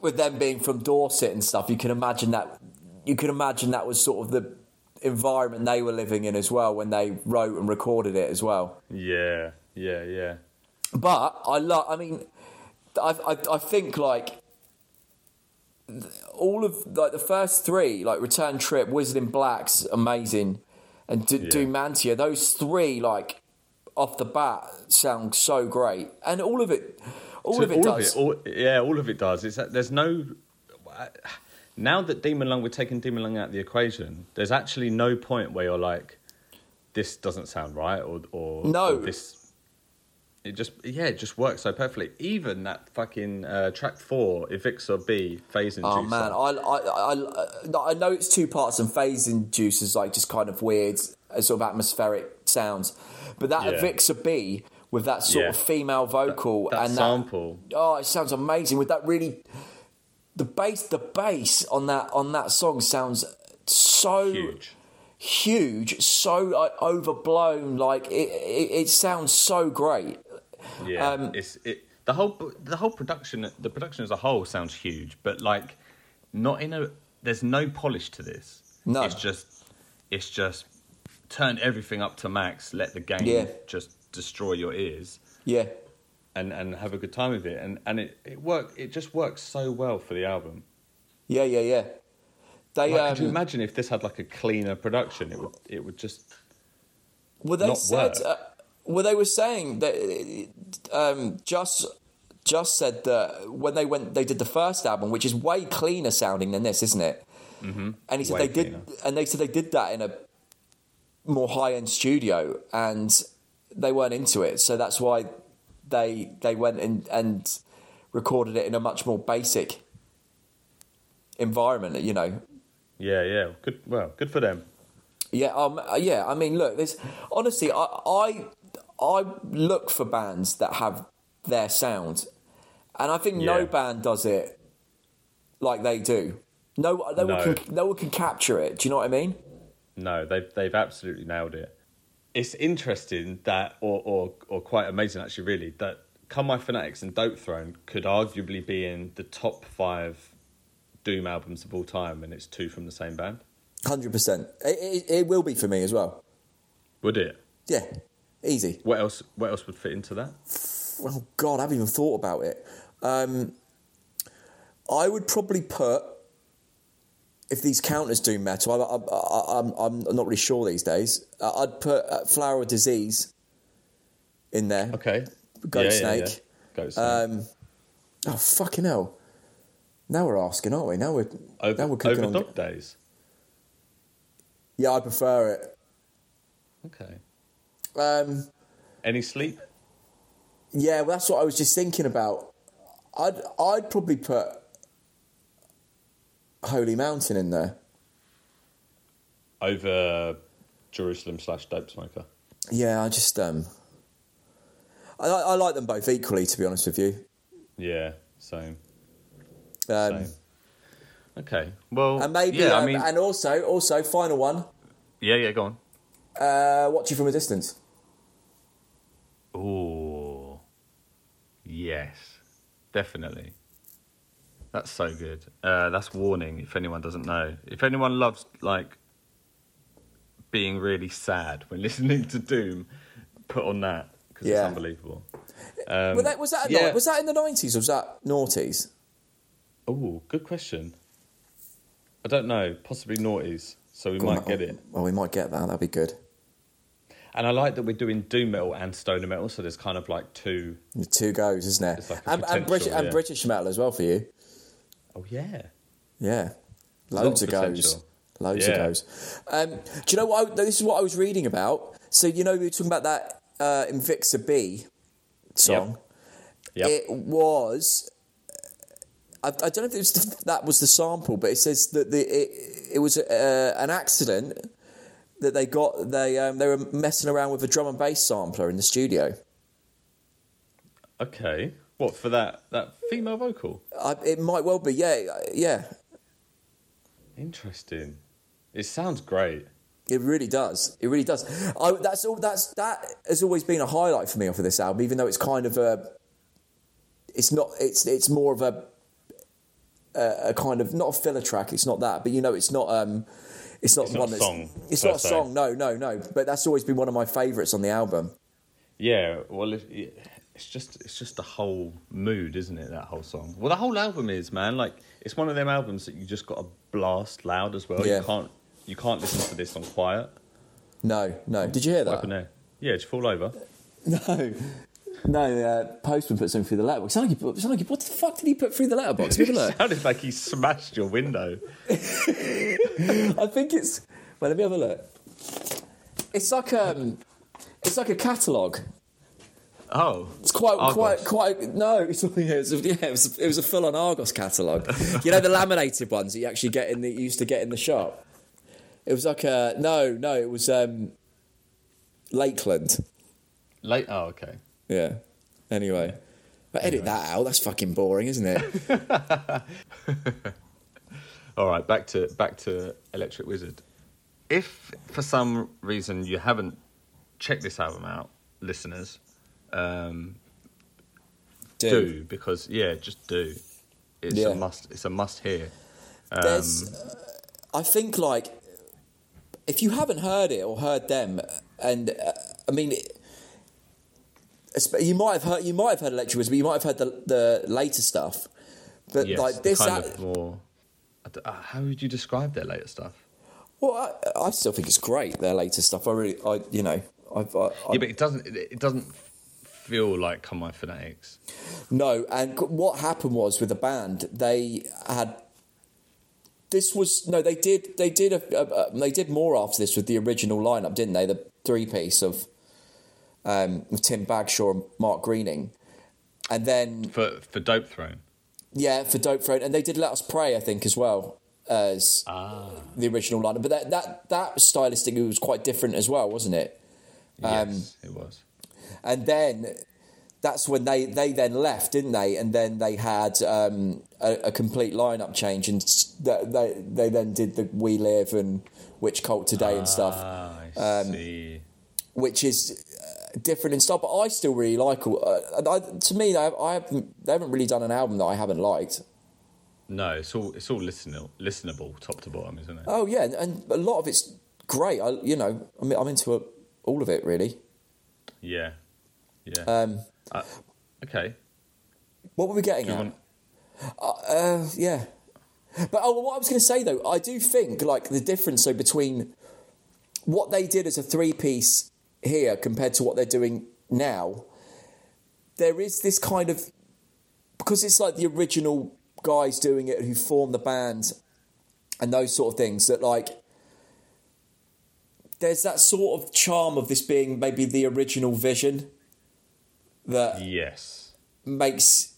Speaker 2: with them being from Dorset and stuff, you can imagine that. You can imagine that was sort of the environment they were living in as well when they wrote and recorded it as well.
Speaker 1: Yeah, yeah, yeah.
Speaker 2: But I love. I mean, I I, I think like th- all of like the first three, like Return Trip, Wizard in Black's amazing, and D-
Speaker 1: Yeah.
Speaker 2: Mantia. Those three, like off the bat, sound so great, and all of it, all
Speaker 1: So
Speaker 2: of it does.
Speaker 1: all, yeah, all of it does. It's that there's no. uh, Now that Demon Lung, we're taking Demon Lung out of the equation. There's actually no point where you're like, this doesn't sound right, or or
Speaker 2: No.
Speaker 1: or this. It just yeah, it just works so perfectly. Even that fucking uh, track four, Evixor B, phase inducer.
Speaker 2: Oh man, I, I, I- I, I know it's two parts and phase inducers like just kind of weird, uh, sort of atmospheric sounds, but that
Speaker 1: Yeah.
Speaker 2: Avixa B with that sort
Speaker 1: Yeah.
Speaker 2: of female vocal
Speaker 1: that
Speaker 2: and
Speaker 1: sample.
Speaker 2: that oh, it sounds amazing with that really the bass the bass on that on that song sounds so
Speaker 1: Huge.
Speaker 2: huge, so like, overblown, like it, it it sounds so great.
Speaker 1: Yeah,
Speaker 2: Um,
Speaker 1: it's it. The whole the whole production, the production as a whole sounds huge, but like, not in a. There's no polish to this.
Speaker 2: No.
Speaker 1: it's just, it's just, turn everything up to max. Let the game
Speaker 2: Yeah.
Speaker 1: just destroy your ears,
Speaker 2: Yeah,
Speaker 1: and and have a good time with it. And and it it work. It just works so well for the album.
Speaker 2: yeah, yeah, yeah. They
Speaker 1: Like,
Speaker 2: um,
Speaker 1: could you imagine if this had like a cleaner production? It would it would just
Speaker 2: Well, they
Speaker 1: not
Speaker 2: said.
Speaker 1: work.
Speaker 2: Uh, well, they were saying that um, just just said that when they went, they did the first album, which is way cleaner sounding than this, isn't it? Mm-hmm. And he said
Speaker 1: Way
Speaker 2: they
Speaker 1: cleaner.
Speaker 2: did, and they said they did that in a more high end studio, and they weren't into it, so that's why they they went and and recorded it in a much more basic environment, you know,
Speaker 1: yeah yeah good well good for them.
Speaker 2: yeah, um, uh, yeah. I mean, look, there's honestly, I, I, I look for bands that have their sound, and I think
Speaker 1: Yeah.
Speaker 2: no band does it like they do. No, no,
Speaker 1: No.
Speaker 2: One can, no one can capture it. Do you know what I mean?
Speaker 1: No, they've they've absolutely nailed it. It's interesting that, or or or quite amazing actually, really, that Come My Fanatics and Dope Throne could arguably be in the top five Doom albums of all time, and it's two from the same band.
Speaker 2: Hundred percent. It, it, it will be for me as well.
Speaker 1: Would it?
Speaker 2: Yeah, easy.
Speaker 1: What else? What else would fit into that?
Speaker 2: Oh God, I haven't even thought about it. Um, I would probably put if these counters do metal. I, I, I, I'm I'm not really sure these days. Uh, I'd put uh, Flower of Disease in there.
Speaker 1: Okay.
Speaker 2: Goat Snake.
Speaker 1: Goat Snake.
Speaker 2: Um, oh fucking hell! Now we're asking, aren't we? Now we're now we're
Speaker 1: over
Speaker 2: cooking
Speaker 1: over
Speaker 2: on.
Speaker 1: Dog Days.
Speaker 2: Yeah, I prefer it.
Speaker 1: Okay.
Speaker 2: Um,
Speaker 1: Any sleep?
Speaker 2: yeah, well, that's what I was just thinking about. I'd I'd probably put Holy Mountain in there.
Speaker 1: Over Jerusalem slash Dope Smoker.
Speaker 2: Yeah, I just um, I, I I like them both equally, to be honest with you.
Speaker 1: Yeah. Same.
Speaker 2: Um,
Speaker 1: Same. Okay. Well.
Speaker 2: and maybe,
Speaker 1: Yeah. I
Speaker 2: um,
Speaker 1: mean.
Speaker 2: and also, also, final one.
Speaker 1: yeah. Yeah. Go on.
Speaker 2: Uh, watch you from a distance.
Speaker 1: Oh, yes, definitely. That's so good. Uh, that's warning. If anyone doesn't know, if anyone loves like being really sad when listening to Doom, put on that because it's
Speaker 2: Yeah.
Speaker 1: unbelievable. Um,
Speaker 2: Well, that, was that a
Speaker 1: yeah.
Speaker 2: ni- was that in the nineties or was that noughties?
Speaker 1: Oh, good question. I don't know. Possibly noughties, so we might get it.
Speaker 2: Well, we might get that. That'd be good.
Speaker 1: And I like that we're doing doom metal and stoner metal, so there's kind of like two
Speaker 2: Two goes, isn't it?
Speaker 1: It's like a
Speaker 2: and, and,
Speaker 1: potential,
Speaker 2: British, and
Speaker 1: yeah.
Speaker 2: British metal as well for you.
Speaker 1: Oh yeah.
Speaker 2: Yeah,
Speaker 1: Lots
Speaker 2: loads of
Speaker 1: of
Speaker 2: goes,
Speaker 1: potential.
Speaker 2: loads
Speaker 1: Yeah.
Speaker 2: of goes. Um, do you know what? I, this is what I was reading about. So you know we were talking about that uh, Invixa B song.
Speaker 1: Yep.
Speaker 2: It was. I, I don't know if it was the, that was the sample, but it says that the it, it was uh, an accident that they got they um, they were messing around with a drum and bass sampler in the studio.
Speaker 1: okay. What for that that female vocal?
Speaker 2: I, it might well be, yeah, yeah.
Speaker 1: Interesting. It sounds great.
Speaker 2: It really does. It really does. I, that's all. That's that has always been a highlight for me off of this album, even though it's kind of a. It's not. It's it's more of a a, a kind of not a filler track. It's not that, but you know, it's not. Um, it's not
Speaker 3: It's not
Speaker 2: one
Speaker 3: a
Speaker 2: that's.
Speaker 3: song,
Speaker 2: it's
Speaker 3: per
Speaker 2: not a
Speaker 3: se.
Speaker 2: song. No, no, no. But that's always been one of my favourites on the album.
Speaker 1: Yeah, well, it, it, it's just it's just the whole mood, isn't it? That whole song. Well, the whole album is, man. Like, it's one of them albums that you just got to blast loud as well.
Speaker 2: Yeah.
Speaker 1: You can't you can't listen to this on quiet.
Speaker 2: No, no. Did you hear
Speaker 1: What
Speaker 2: that?
Speaker 1: happened there? Yeah, did you fall over?
Speaker 2: No. No, uh, Postman put something through the letterbox. Sounded like, he put, sounded like he- what the fuck did he put through the letterbox? Have a look.
Speaker 1: sounded like he smashed your window.
Speaker 2: I think it's. Well, let me have a look. It's like um, it's like a catalogue.
Speaker 1: Oh,
Speaker 2: It's quite,
Speaker 1: Argos.
Speaker 2: quite, quite. No, it's, yeah, it was, yeah, it was, it was a full-on Argos catalogue. you know the laminated ones that you actually get in the you used to get in the shop. It was like a no, no. It was um, Lakeland.
Speaker 1: Late. Oh, okay.
Speaker 2: Yeah. Anyway, but edit that out. That's fucking boring, isn't it?
Speaker 1: All right, back to back to Electric Wizard. If for some reason you haven't checked this album out, listeners, um, do. because yeah, just do. It's
Speaker 2: Yeah.
Speaker 1: a must. It's a must hear.
Speaker 2: There's,
Speaker 1: Um,
Speaker 2: uh, I think, like, if you haven't heard it or heard them, and uh, I mean, it, esp- you might have heard you might have heard Electric Wizard, but you might have heard the, the later stuff. But
Speaker 1: Yes,
Speaker 2: like
Speaker 1: the
Speaker 2: this,
Speaker 1: kind
Speaker 2: al-
Speaker 1: of more. I d- uh, How would you describe their later stuff?
Speaker 2: well, I, I still think it's great. Their later stuff, I really, I you know, I've, I, I,
Speaker 1: Yeah, but it doesn't. It it doesn't feel like Come On Fanatics.
Speaker 2: No, and c- what happened was with the band, they had. This was no, they did they did a, a, a- they did more after this with the original lineup, didn't they? The three piece of um, with Tim Bagshaw and Mark Greening, and then
Speaker 1: for for Dope Throne.
Speaker 2: yeah, for Dope Throne, and they did Let Us Pray, I think, as well as the original lineup. But that that that stylistically was quite different as well, wasn't it? Um,
Speaker 1: yes, it was.
Speaker 2: and then that's when they, they then left, didn't they? And then they had um, a, a complete lineup change, and s- they, they they then did the We Live and Which Cult Today and stuff, Um,
Speaker 1: Ah, I see.
Speaker 2: which is uh, different in style. But I still really like. all- Uh, and I, to me, I, I haven't, they haven't really done an album that I haven't liked.
Speaker 1: No, it's all it's all listenable, listenable top to bottom, isn't it?
Speaker 2: Oh yeah, and, and a lot of it's great. I you know I mean, I'm into all of it really.
Speaker 1: Yeah, yeah.
Speaker 2: Um,
Speaker 1: Uh, okay.
Speaker 2: What were we getting
Speaker 1: Do you
Speaker 2: at?
Speaker 1: want-
Speaker 2: Uh, yeah. But oh, what I was going to say though, I do think like the difference so between what they did as a three piece here compared to what they're doing now, there is this kind of because it's like the original guys doing it who formed the band and those sort of things that like there's that sort of charm of this being maybe the original vision that
Speaker 1: Yes.
Speaker 2: makes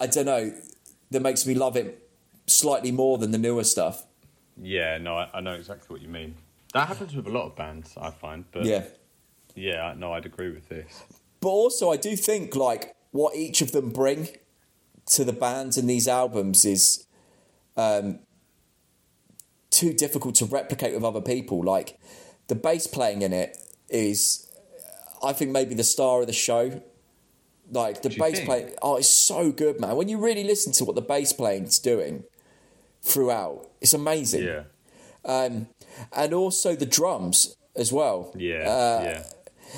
Speaker 2: I don't know that makes me love it slightly more than the newer stuff.
Speaker 1: Yeah. No, I, I know exactly what you mean. That happens with a lot of bands, I find. But
Speaker 2: Yeah.
Speaker 1: yeah, I- no, I'd agree with this.
Speaker 2: But also I do think like what each of them bring to the bands and these albums is um too difficult to replicate with other people. Like the bass playing in it is I think maybe the star of the show. Like the
Speaker 1: you
Speaker 2: bass
Speaker 1: think?
Speaker 2: play oh it's so good man. When you really listen to what the bass playing's doing throughout, it's amazing.
Speaker 1: Yeah.
Speaker 2: um, and also the drums as well.
Speaker 1: Yeah.
Speaker 2: Uh,
Speaker 1: yeah.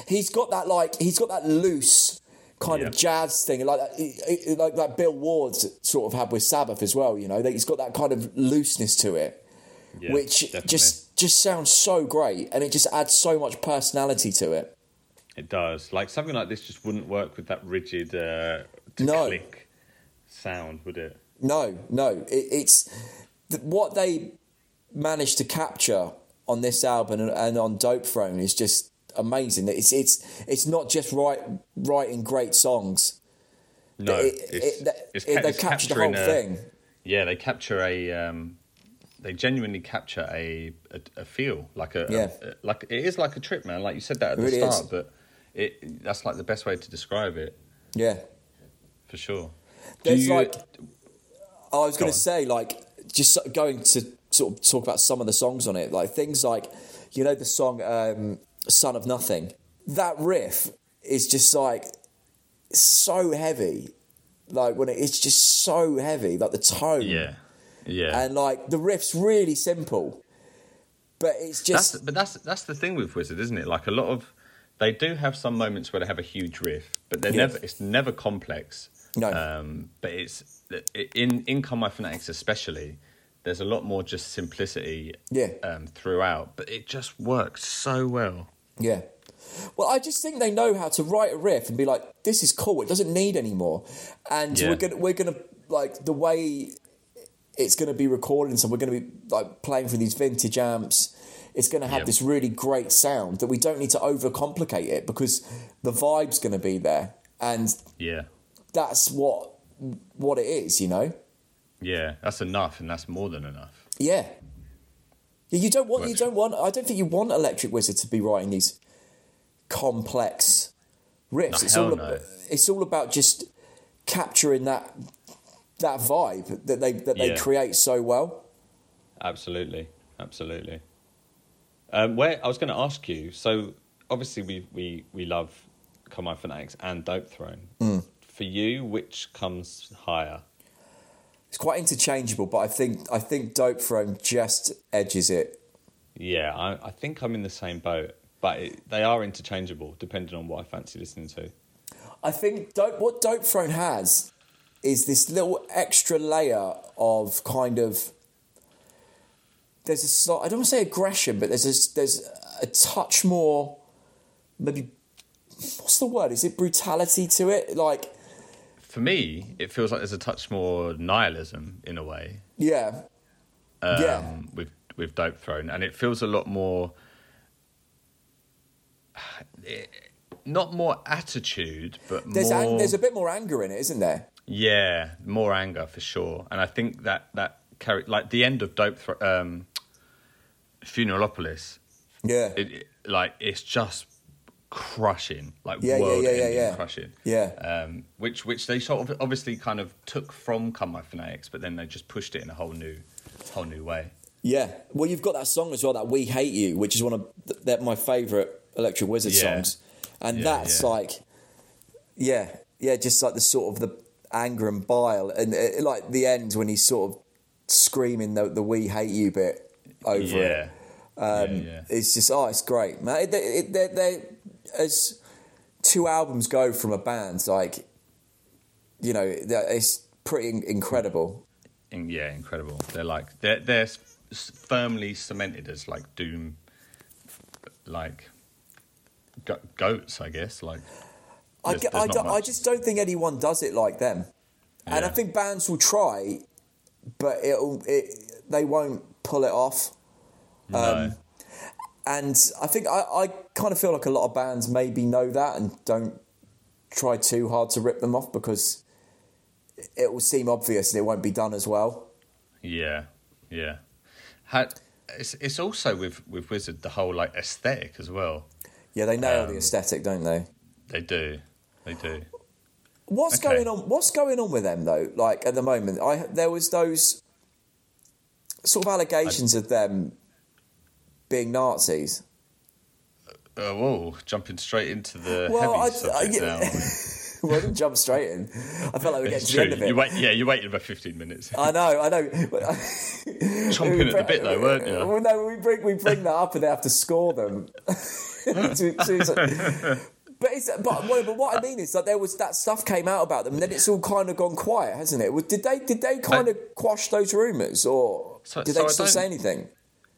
Speaker 2: he's got that like he's got that loose kind
Speaker 1: Yeah.
Speaker 2: of jazz thing, like that- he- he- like that Bill Ward sort of had with Sabbath as well. You know, that he's got that kind of looseness to it,
Speaker 1: Yeah.
Speaker 2: which
Speaker 1: definitely.
Speaker 2: just just sounds so great, and it just adds so much personality to it.
Speaker 1: It does. Like something like this just wouldn't work with that rigid uh, to
Speaker 2: No.
Speaker 1: click sound, would it?
Speaker 2: No, no, it, it's th- what they managed to capture on this album and, and on Dope Throne is just amazing. It's it's it's not just write, writing great songs.
Speaker 1: No,
Speaker 2: It-
Speaker 1: it's,
Speaker 2: it-
Speaker 1: it's
Speaker 2: it-
Speaker 1: ca-
Speaker 2: they
Speaker 1: it's
Speaker 2: captured the
Speaker 1: capturing
Speaker 2: whole
Speaker 1: a-
Speaker 2: thing.
Speaker 1: Yeah, they capture a. Um, they genuinely capture a a, a feel like a,
Speaker 2: Yeah.
Speaker 1: a- like it is like a trip, man. Like you said that at
Speaker 2: It
Speaker 1: the
Speaker 2: really
Speaker 1: start,
Speaker 2: is.
Speaker 1: but it that's like the best way to describe it
Speaker 2: Yeah,
Speaker 1: for sure. Do
Speaker 2: there's
Speaker 1: you-
Speaker 2: like Oh, I was
Speaker 1: Go
Speaker 2: going
Speaker 1: on.
Speaker 2: to say like just so- going to sort of talk about some of the songs on it, like things like you know the song um, "Son of Nothing." That riff is just like so heavy Like when it, it's just so heavy, like the tone.
Speaker 1: Yeah, yeah.
Speaker 2: And like the riff's really simple, but it's
Speaker 1: that's
Speaker 2: just
Speaker 1: but that's that's the thing with Wizard, isn't it? Like a lot of they do have some moments where they have a huge riff, but they're
Speaker 2: Yeah.
Speaker 1: never it's never complex.
Speaker 2: No.
Speaker 1: Um, but it's in in Come My Fanatics especially. There's a lot more just simplicity.
Speaker 2: Yeah.
Speaker 1: Um, throughout, but it just works so well.
Speaker 2: Yeah. Well, I just think they know how to write a riff and be like, "This is cool. It doesn't need anymore," and
Speaker 1: Yeah.
Speaker 2: we're gonna we're gonna like the way it's gonna be recorded, and so we're gonna be like playing for these vintage amps. It's gonna have
Speaker 1: Yep.
Speaker 2: this really great sound that we don't need to overcomplicate it because the vibe's gonna be there, and
Speaker 1: Yeah.
Speaker 2: that's what what it is, you know.
Speaker 1: Yeah, that's enough, and that's more than enough.
Speaker 2: Yeah. Yeah, you don't want you
Speaker 1: Works.
Speaker 2: don't want I don't think you want Electric Wizard to be writing these complex riffs.
Speaker 1: No,
Speaker 2: it's
Speaker 1: hell
Speaker 2: all
Speaker 1: no.
Speaker 2: about, it's all about just capturing that that vibe that they that they
Speaker 1: Yeah.
Speaker 2: create so well.
Speaker 3: Absolutely, absolutely. Um, where I was going to ask you, so obviously we we we love Come On Fanatics and Dope Throne.
Speaker 2: Mm.
Speaker 3: For you, which comes higher?
Speaker 2: It's quite interchangeable, but I think I think Dope Throne just edges it.
Speaker 3: Yeah, I, I think I'm in the same boat, but it, they are interchangeable depending on what I fancy listening to.
Speaker 2: I think dope, what Dope Throne has is this little extra layer of kind of there's a slight I don't want to say aggression, but there's a, there's a touch more maybe what's the word? Is it brutality to it? Like
Speaker 1: For me, it feels like there's a touch more nihilism in a way.
Speaker 2: yeah,
Speaker 1: Um,
Speaker 2: yeah,
Speaker 1: With with Dope Throne, and it feels a lot more. it- Not more attitude, but
Speaker 2: there's
Speaker 1: more.
Speaker 2: ang- there's a bit more anger in it, isn't there?
Speaker 1: Yeah, more anger for sure, and I think that that carry like the end of Dope Thro- um, Funeralopolis.
Speaker 2: Yeah,
Speaker 1: It, it- like it's just crushing, like
Speaker 2: Yeah, yeah, yeah, yeah,
Speaker 1: world ending
Speaker 2: yeah.
Speaker 1: crushing.
Speaker 2: yeah.
Speaker 1: um, which which they sort of obviously kind of took from Come My Fanatics, but then they just pushed it in a whole new whole new way.
Speaker 2: Yeah. Well, you've got that song as well, that "We Hate You," which is one of th- they're my favourite Electric Wizard
Speaker 1: Yeah.
Speaker 2: songs, and
Speaker 1: Yeah,
Speaker 2: that's
Speaker 1: yeah.
Speaker 2: like, yeah, yeah, just like the sort of the anger and bile, and uh like the end when he's sort of screaming the, the "We Hate You" bit over it.
Speaker 1: yeah.
Speaker 2: Um,
Speaker 1: yeah, yeah.
Speaker 2: It's just oh, it's great, man. It, it, they they as two albums go from a band, like you know, that- it's pretty in- incredible.
Speaker 1: In- yeah, incredible. They're like they're they're s- s- firmly cemented as like doom, like go- goats, I guess. Like
Speaker 2: I,
Speaker 1: There's-
Speaker 2: get-
Speaker 1: there's
Speaker 2: I,
Speaker 1: not
Speaker 2: don't- I
Speaker 1: much.
Speaker 2: just don't think anyone does it like them. And I
Speaker 1: Yeah.
Speaker 2: think bands will try, but it'll, it they won't pull it off. Um,
Speaker 1: no,
Speaker 2: And I think I, I kind of feel like a lot of bands maybe know that and don't try too hard to rip them off because it will seem obvious and it won't be done as well.
Speaker 1: yeah, yeah. Had, it's it's also with with Wizard the whole like aesthetic as well.
Speaker 2: Yeah, they nail the
Speaker 1: Um,
Speaker 2: aesthetic, don't they?
Speaker 1: They do, they do.
Speaker 2: What's
Speaker 1: Okay.
Speaker 2: going on? What's going on with them though? Like at the moment, I there was those sort of allegations of them being Nazis.
Speaker 1: Oh, whoa, jumping straight into the
Speaker 2: Well,
Speaker 1: heavy
Speaker 2: I-
Speaker 1: subject
Speaker 2: I-
Speaker 1: now.
Speaker 2: well, I didn't jump straight in. I felt like we were getting
Speaker 1: It's
Speaker 2: to the
Speaker 1: true.
Speaker 2: end of it. Uh,
Speaker 1: You wait, yeah, you waited about 15 minutes.
Speaker 2: I know, I know. Chomping
Speaker 1: at the bit though, weren't you?
Speaker 2: Well, no, we bring we bring that up and they have to score them. To- to- but it's, but well, but what I mean is that there was that stuff came out about them, and then it's all kind of gone quiet, hasn't it? Well, Did they did they kind of quash those rumours, or
Speaker 1: So-
Speaker 2: did
Speaker 1: so
Speaker 2: they
Speaker 1: I
Speaker 2: still say
Speaker 1: don't-
Speaker 2: anything?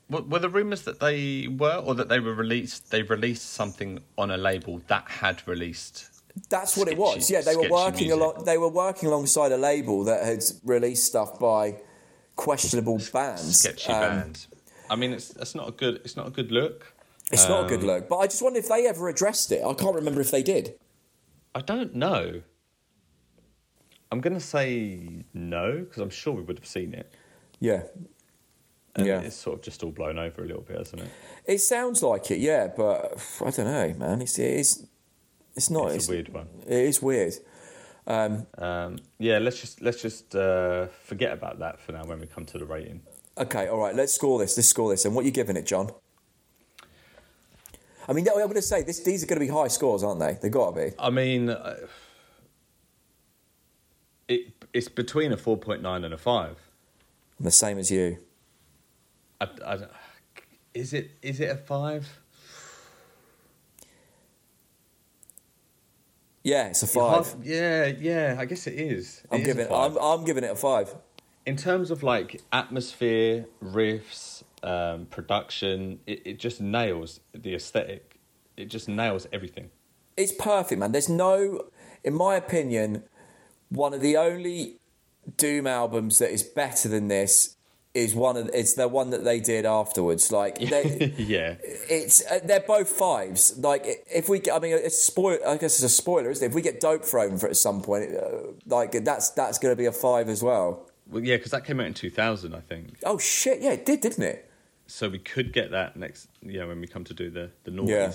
Speaker 1: Were, were the rumours that they were, or that they were released? They released something on a label that had released.
Speaker 2: That's what it
Speaker 1: Sketchy-
Speaker 2: was. Yeah, they were
Speaker 1: sketchy
Speaker 2: working
Speaker 1: music.
Speaker 2: along. They were working alongside a label that had released stuff by questionable bands.
Speaker 1: Sketchy
Speaker 2: Um,
Speaker 1: bands.
Speaker 3: I mean, it's that's not a good it's not a good look.
Speaker 2: It's not a
Speaker 1: Um,
Speaker 2: good look, but I just wonder if they ever addressed it. I can't remember if they did.
Speaker 3: I don't know. I'm gonna say no because I'm sure we would have seen it.
Speaker 2: Yeah.
Speaker 3: And
Speaker 2: Yeah.
Speaker 3: it's sort of just all blown over a little bit, isn't it?
Speaker 2: It sounds like it, yeah, but I don't know, man. It's it is it's not
Speaker 3: It's a weird one.
Speaker 2: It is weird.
Speaker 3: Um, yeah, let's just let's just uh, forget about that for now when we come to the rating.
Speaker 2: Okay, all right, let's score this. Let's score this. And what are you giving it, John? I mean, I'm going to say this,
Speaker 3: uh,
Speaker 2: these are going to be high scores, aren't they? They got to be.
Speaker 3: I mean, I,
Speaker 1: it's between a four point nine and a five.
Speaker 2: I'm the same as you.
Speaker 1: I, I, is it is it a five?
Speaker 2: Yeah, it's a five.
Speaker 1: Yeah, yeah. I guess it is. It
Speaker 2: I'm
Speaker 1: is a
Speaker 2: giving.
Speaker 1: five.
Speaker 2: I'm, I'm giving it a five.
Speaker 1: in terms of like atmosphere, riffs, um, production, it, it just nails the aesthetic. It just nails everything.
Speaker 2: It's perfect, man. There's no, in my opinion, one of the only Doom albums that is better than this is one of it's the one that they did afterwards. Like they,
Speaker 1: yeah,
Speaker 2: it's uh, they're both fives. Like i- if we, get, I mean, it's spoil. I guess it's a spoiler, isn't it? If we get dope thrown for at some point, uh, like that's that's going to be a five as well.
Speaker 1: well, yeah, because that came out in two thousand, I think.
Speaker 2: Oh shit! Yeah, it did, didn't it?
Speaker 1: So we could get that next, you know, when we come to do the the noise.
Speaker 2: Yeah.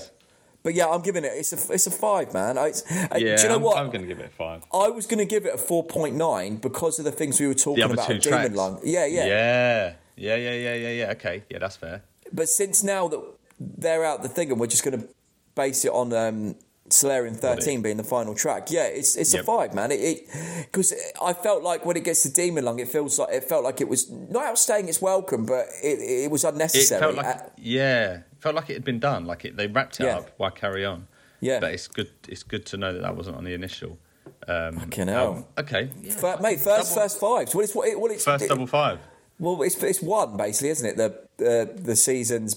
Speaker 2: But yeah, I'm giving it. It's a it's a five, man. I- It's, uh,
Speaker 1: Yeah,
Speaker 2: do you know
Speaker 1: I'm,
Speaker 2: what?
Speaker 1: I'm going to give it a five.
Speaker 2: I was going to give it a 4.9 because of the things we were talking
Speaker 1: The other
Speaker 2: about
Speaker 1: two
Speaker 2: on Demon
Speaker 1: tracks.
Speaker 2: Lung. Yeah, yeah,
Speaker 1: yeah, yeah, yeah, yeah, yeah, yeah. Okay, yeah, that's fair.
Speaker 2: But since now that they're out the thing and we're just going to base it on um, Solarian 13 being the final track, yeah, it's it's a
Speaker 1: Yep.
Speaker 2: five, man. It Because I felt like when it gets to Demon Lung, it feels like it felt like it was not outstaying its welcome, but it, it was
Speaker 1: It
Speaker 2: unnecessary.
Speaker 1: felt like
Speaker 2: Uh,
Speaker 1: yeah, it felt like it had been done. Like it, they wrapped it
Speaker 2: Yeah.
Speaker 1: up. Why carry on?
Speaker 2: Yeah.
Speaker 1: but it's good. It's good to know that that wasn't on the initial. Um,
Speaker 2: Fucking
Speaker 1: album.
Speaker 2: hell.
Speaker 1: Okay, yeah,
Speaker 2: Fir- mate, first
Speaker 1: double-
Speaker 2: first fives. Well, it's what it, well, it's
Speaker 1: first
Speaker 2: it-
Speaker 1: double five.
Speaker 2: Well, it's it's one basically, isn't it? The uh, the season's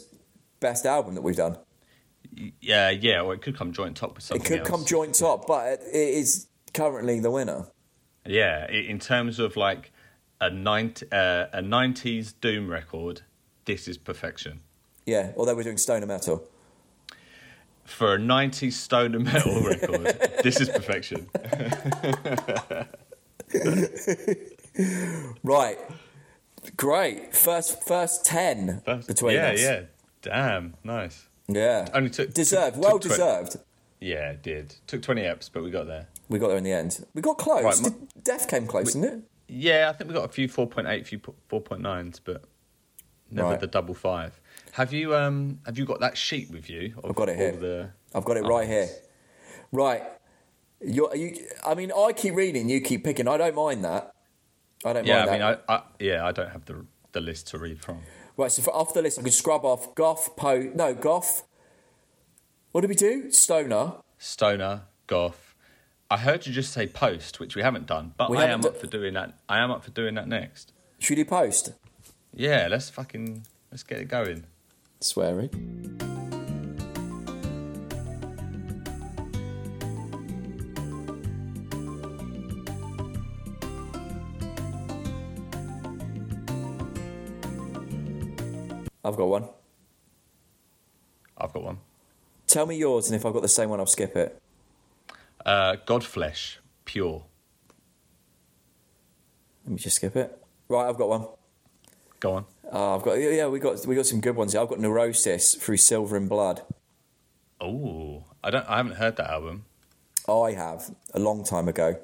Speaker 2: best album that we've done.
Speaker 1: Yeah, yeah, or it could come joint top with
Speaker 2: It
Speaker 1: something
Speaker 2: could
Speaker 1: else.
Speaker 2: come joint top, but it is currently the winner.
Speaker 1: yeah, i- in terms of like a nine, uh, a nineties doom record, this is perfection.
Speaker 2: Yeah, although we're doing stoner metal.
Speaker 1: For a nineties stoner metal record, this is perfection.
Speaker 2: Right, great. First first ten
Speaker 1: That's-
Speaker 2: between
Speaker 1: yeah,
Speaker 2: us.
Speaker 1: yeah. Damn, nice.
Speaker 2: yeah.
Speaker 1: Only took
Speaker 2: deserved,
Speaker 1: took-
Speaker 2: well
Speaker 1: took twen-
Speaker 2: deserved.
Speaker 1: Yeah, it did took twenty eps, but we got there.
Speaker 2: We got there in the end. We got close.
Speaker 1: Right, my-
Speaker 2: Did- Death came close, didn't it?
Speaker 1: Yeah, I think we got a few 4.8, few po- 4.9s, but never
Speaker 2: Right.
Speaker 1: the double five. Have you um have you got that sheet with you? Of
Speaker 2: I've got it
Speaker 1: all
Speaker 2: here.
Speaker 1: The...
Speaker 2: I've got it
Speaker 1: Oh,
Speaker 2: right here.
Speaker 1: nice.
Speaker 2: Right, you're, you. I mean, I keep reading, you keep picking. I don't mind that. I don't
Speaker 1: Yeah,
Speaker 2: mind
Speaker 1: I mean,
Speaker 2: that.
Speaker 1: I, I yeah, I don't have the the list to read from.
Speaker 2: Right, so for, off the list, I can scrub off Goth, Poe. No, Goth. What did we do? Stoner.
Speaker 1: Stoner, goth. I heard you just say post, which we haven't done, but
Speaker 2: We
Speaker 1: I
Speaker 2: haven't
Speaker 1: am
Speaker 2: do-
Speaker 1: up for doing that. I am up for doing that next.
Speaker 2: Should we do post?
Speaker 1: Yeah, let's fucking let's get it going.
Speaker 2: Swearing. I've got one.
Speaker 1: I've got one.
Speaker 2: Tell me yours, and if I've got the same one, I'll skip it.
Speaker 1: Uh, Godflesh, pure.
Speaker 2: Let me just skip it. Right, I've got one.
Speaker 1: Go on.
Speaker 2: Uh, I've got yeah, yeah, we got we got some good ones. here. I've got Neurosis through Silver and Blood.
Speaker 1: Oh, I don't. I haven't heard that album.
Speaker 2: I have a long time ago.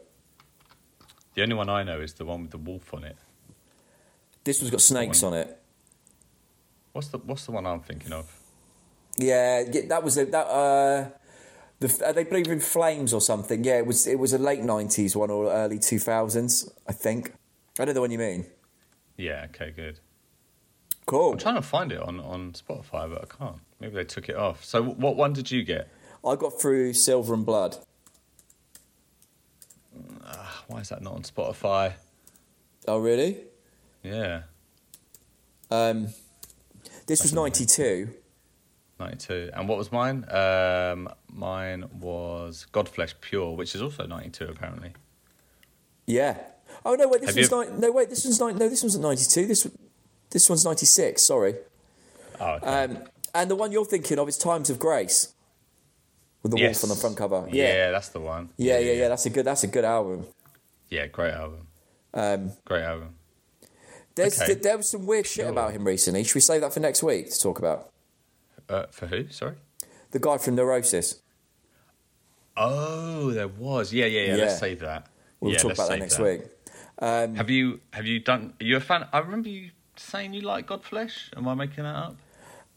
Speaker 1: The only one I know is the one with the wolf on it.
Speaker 2: This one's got snakes on it.
Speaker 1: What's the What's the one I'm thinking of?
Speaker 2: Yeah, yeah, that was a, that. Uh, the, uh, they believe in flames or something. Yeah, it was it was a late nineties one or early two thousands, I think. I know the one you mean.
Speaker 1: Yeah. Okay. Good.
Speaker 2: Cool.
Speaker 1: I'm trying to find it on on Spotify, but I can't. Maybe they took it off. So, wh- what one did you get?
Speaker 2: I got through Silver and Blood.
Speaker 1: Ah, Why is that not on Spotify?
Speaker 2: Oh really?
Speaker 1: Yeah,
Speaker 2: Um, this was ninety two.
Speaker 1: 92. And what was mine? Um, mine was Godflesh Pure, which is also 92 apparently.
Speaker 2: Yeah. Oh no wait, this
Speaker 1: Have
Speaker 2: one's
Speaker 1: you-
Speaker 2: nine no wait, this one's nine no this one's ninety two. This this one's ninety six. Sorry.
Speaker 1: Oh, okay.
Speaker 2: Um, and the one you're thinking of is Times of Grace, with the
Speaker 1: Yes.
Speaker 2: wolf on the front cover.
Speaker 1: yeah.
Speaker 2: Yeah.
Speaker 1: that's the one.
Speaker 2: Yeah, yeah, yeah, That's a good. That's a good album.
Speaker 1: Yeah, great album.
Speaker 2: Um,
Speaker 1: Great album.
Speaker 2: there's
Speaker 1: Okay.
Speaker 2: there was some weird shit
Speaker 1: Sure.
Speaker 2: about him recently. Should we save that for next week to talk about
Speaker 1: Uh, for who? Sorry.
Speaker 2: the guy from Neurosis?
Speaker 1: Oh, there was. Yeah, yeah, yeah.
Speaker 2: Yeah.
Speaker 1: Let's save that.
Speaker 2: We'll
Speaker 1: yeah,
Speaker 2: talk
Speaker 1: let's
Speaker 2: about that
Speaker 1: save
Speaker 2: next week.
Speaker 1: Have you have you done? Are you a fan? I remember you saying you like Godflesh. Am I making that up?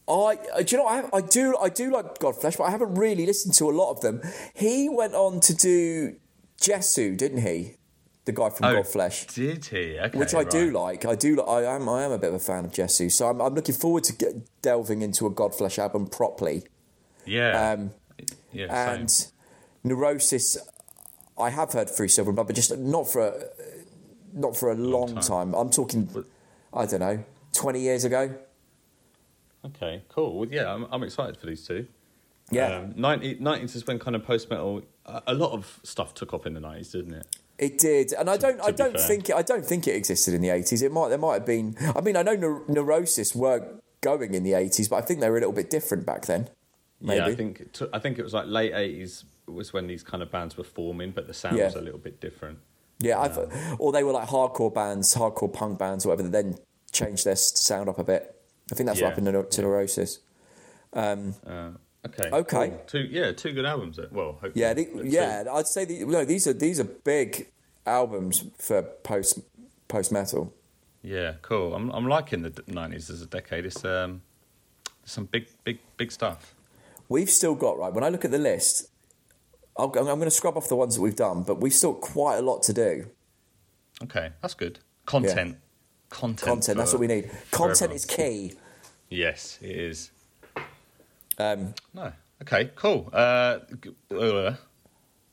Speaker 2: I uh, do you know I, I do I do like Godflesh, but I haven't really listened to a lot of them. He went on to do Jesu, didn't he? the guy from Godflesh.
Speaker 1: Oh, Did he? Okay,
Speaker 2: which I do
Speaker 1: right.
Speaker 2: like. I do. li- I am. I am a bit of a fan of Jesu, so I'm, I'm looking forward to get, delving into a Godflesh album properly.
Speaker 1: Yeah.
Speaker 2: Um,
Speaker 1: yeah.
Speaker 2: and
Speaker 1: same.
Speaker 2: Neurosis, I have heard through Silver and Blood, but just not for a, not for a long, time.
Speaker 1: time.
Speaker 2: I'm talking, I don't know, 20 years ago.
Speaker 3: Okay, cool. Well, yeah, I'm, I'm excited for these two.
Speaker 2: Yeah,
Speaker 3: Um, 90, 90s is when kind of post metal, a, a lot of stuff took off in the 90s, didn't it?
Speaker 2: it did, and I don't. I
Speaker 3: be
Speaker 2: don't
Speaker 3: fair.
Speaker 2: think. It, I don't think it existed in the 80s. It might. There might have been. I mean, I know Neur- Neurosis were going in the 80s, but I think they were a little bit different back then. Maybe.
Speaker 3: Yeah, I think it took, I think it was like late 80s was when these kind of bands were forming, but the sound
Speaker 2: Yeah.
Speaker 3: was a little bit different.
Speaker 2: Yeah, I've, or they were like hardcore bands, hardcore punk bands, or whatever. That then changed their s- sound up a bit. I think that's
Speaker 3: Yeah.
Speaker 2: what happened to, Neu- to Neurosis.
Speaker 3: Uh, okay.
Speaker 2: Okay.
Speaker 3: cool. Two yeah, two good albums. uh, Well, hopefully.
Speaker 2: Yeah, the,
Speaker 3: Let's see.
Speaker 2: yeah. I'd say the, no. These are these are big albums for post post metal.
Speaker 1: Yeah, cool. I'm I'm liking the d- 90s as a decade. It's um some big big big stuff.
Speaker 2: We've still got right. When I look at the list, I'll, I'm going to scrub off the ones that we've done, but we've still got quite a lot to do.
Speaker 1: Okay, that's good. Content. Content.
Speaker 2: Content. That's
Speaker 1: for-
Speaker 2: what we need.
Speaker 1: for
Speaker 2: Content
Speaker 1: everyone.
Speaker 2: is key.
Speaker 1: Yes, it is.
Speaker 2: Um,
Speaker 1: No. Okay, cool. Uh, g- uh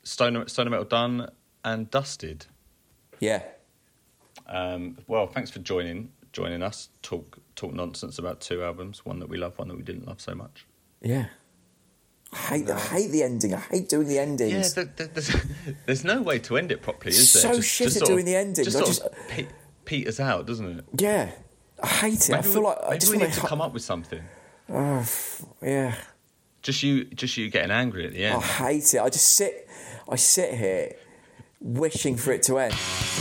Speaker 1: Stoner Stoner Metal done and dusted.
Speaker 2: yeah.
Speaker 1: Um, well, thanks for joining joining us. Talk talk nonsense about two albums, one that we love, one that we didn't love so much.
Speaker 2: Yeah. I hate I hate the ending. I hate doing the endings.
Speaker 1: Yeah, there, there, there's, there's no way to end it properly, is there?
Speaker 2: So shit at
Speaker 1: sort
Speaker 2: doing the endings.
Speaker 1: Just
Speaker 2: I
Speaker 1: sort
Speaker 2: just-
Speaker 1: of pe- peters out, doesn't it?
Speaker 2: Yeah, I hate it. I
Speaker 1: Maybe
Speaker 2: feel
Speaker 1: we,
Speaker 2: like I
Speaker 1: maybe
Speaker 2: just
Speaker 1: we
Speaker 2: want
Speaker 1: need to come up with something.
Speaker 2: Yeah,
Speaker 1: Just you, just you getting angry at the
Speaker 2: I
Speaker 1: end.
Speaker 2: hate it. I just sit, I sit here, wishing for it to end.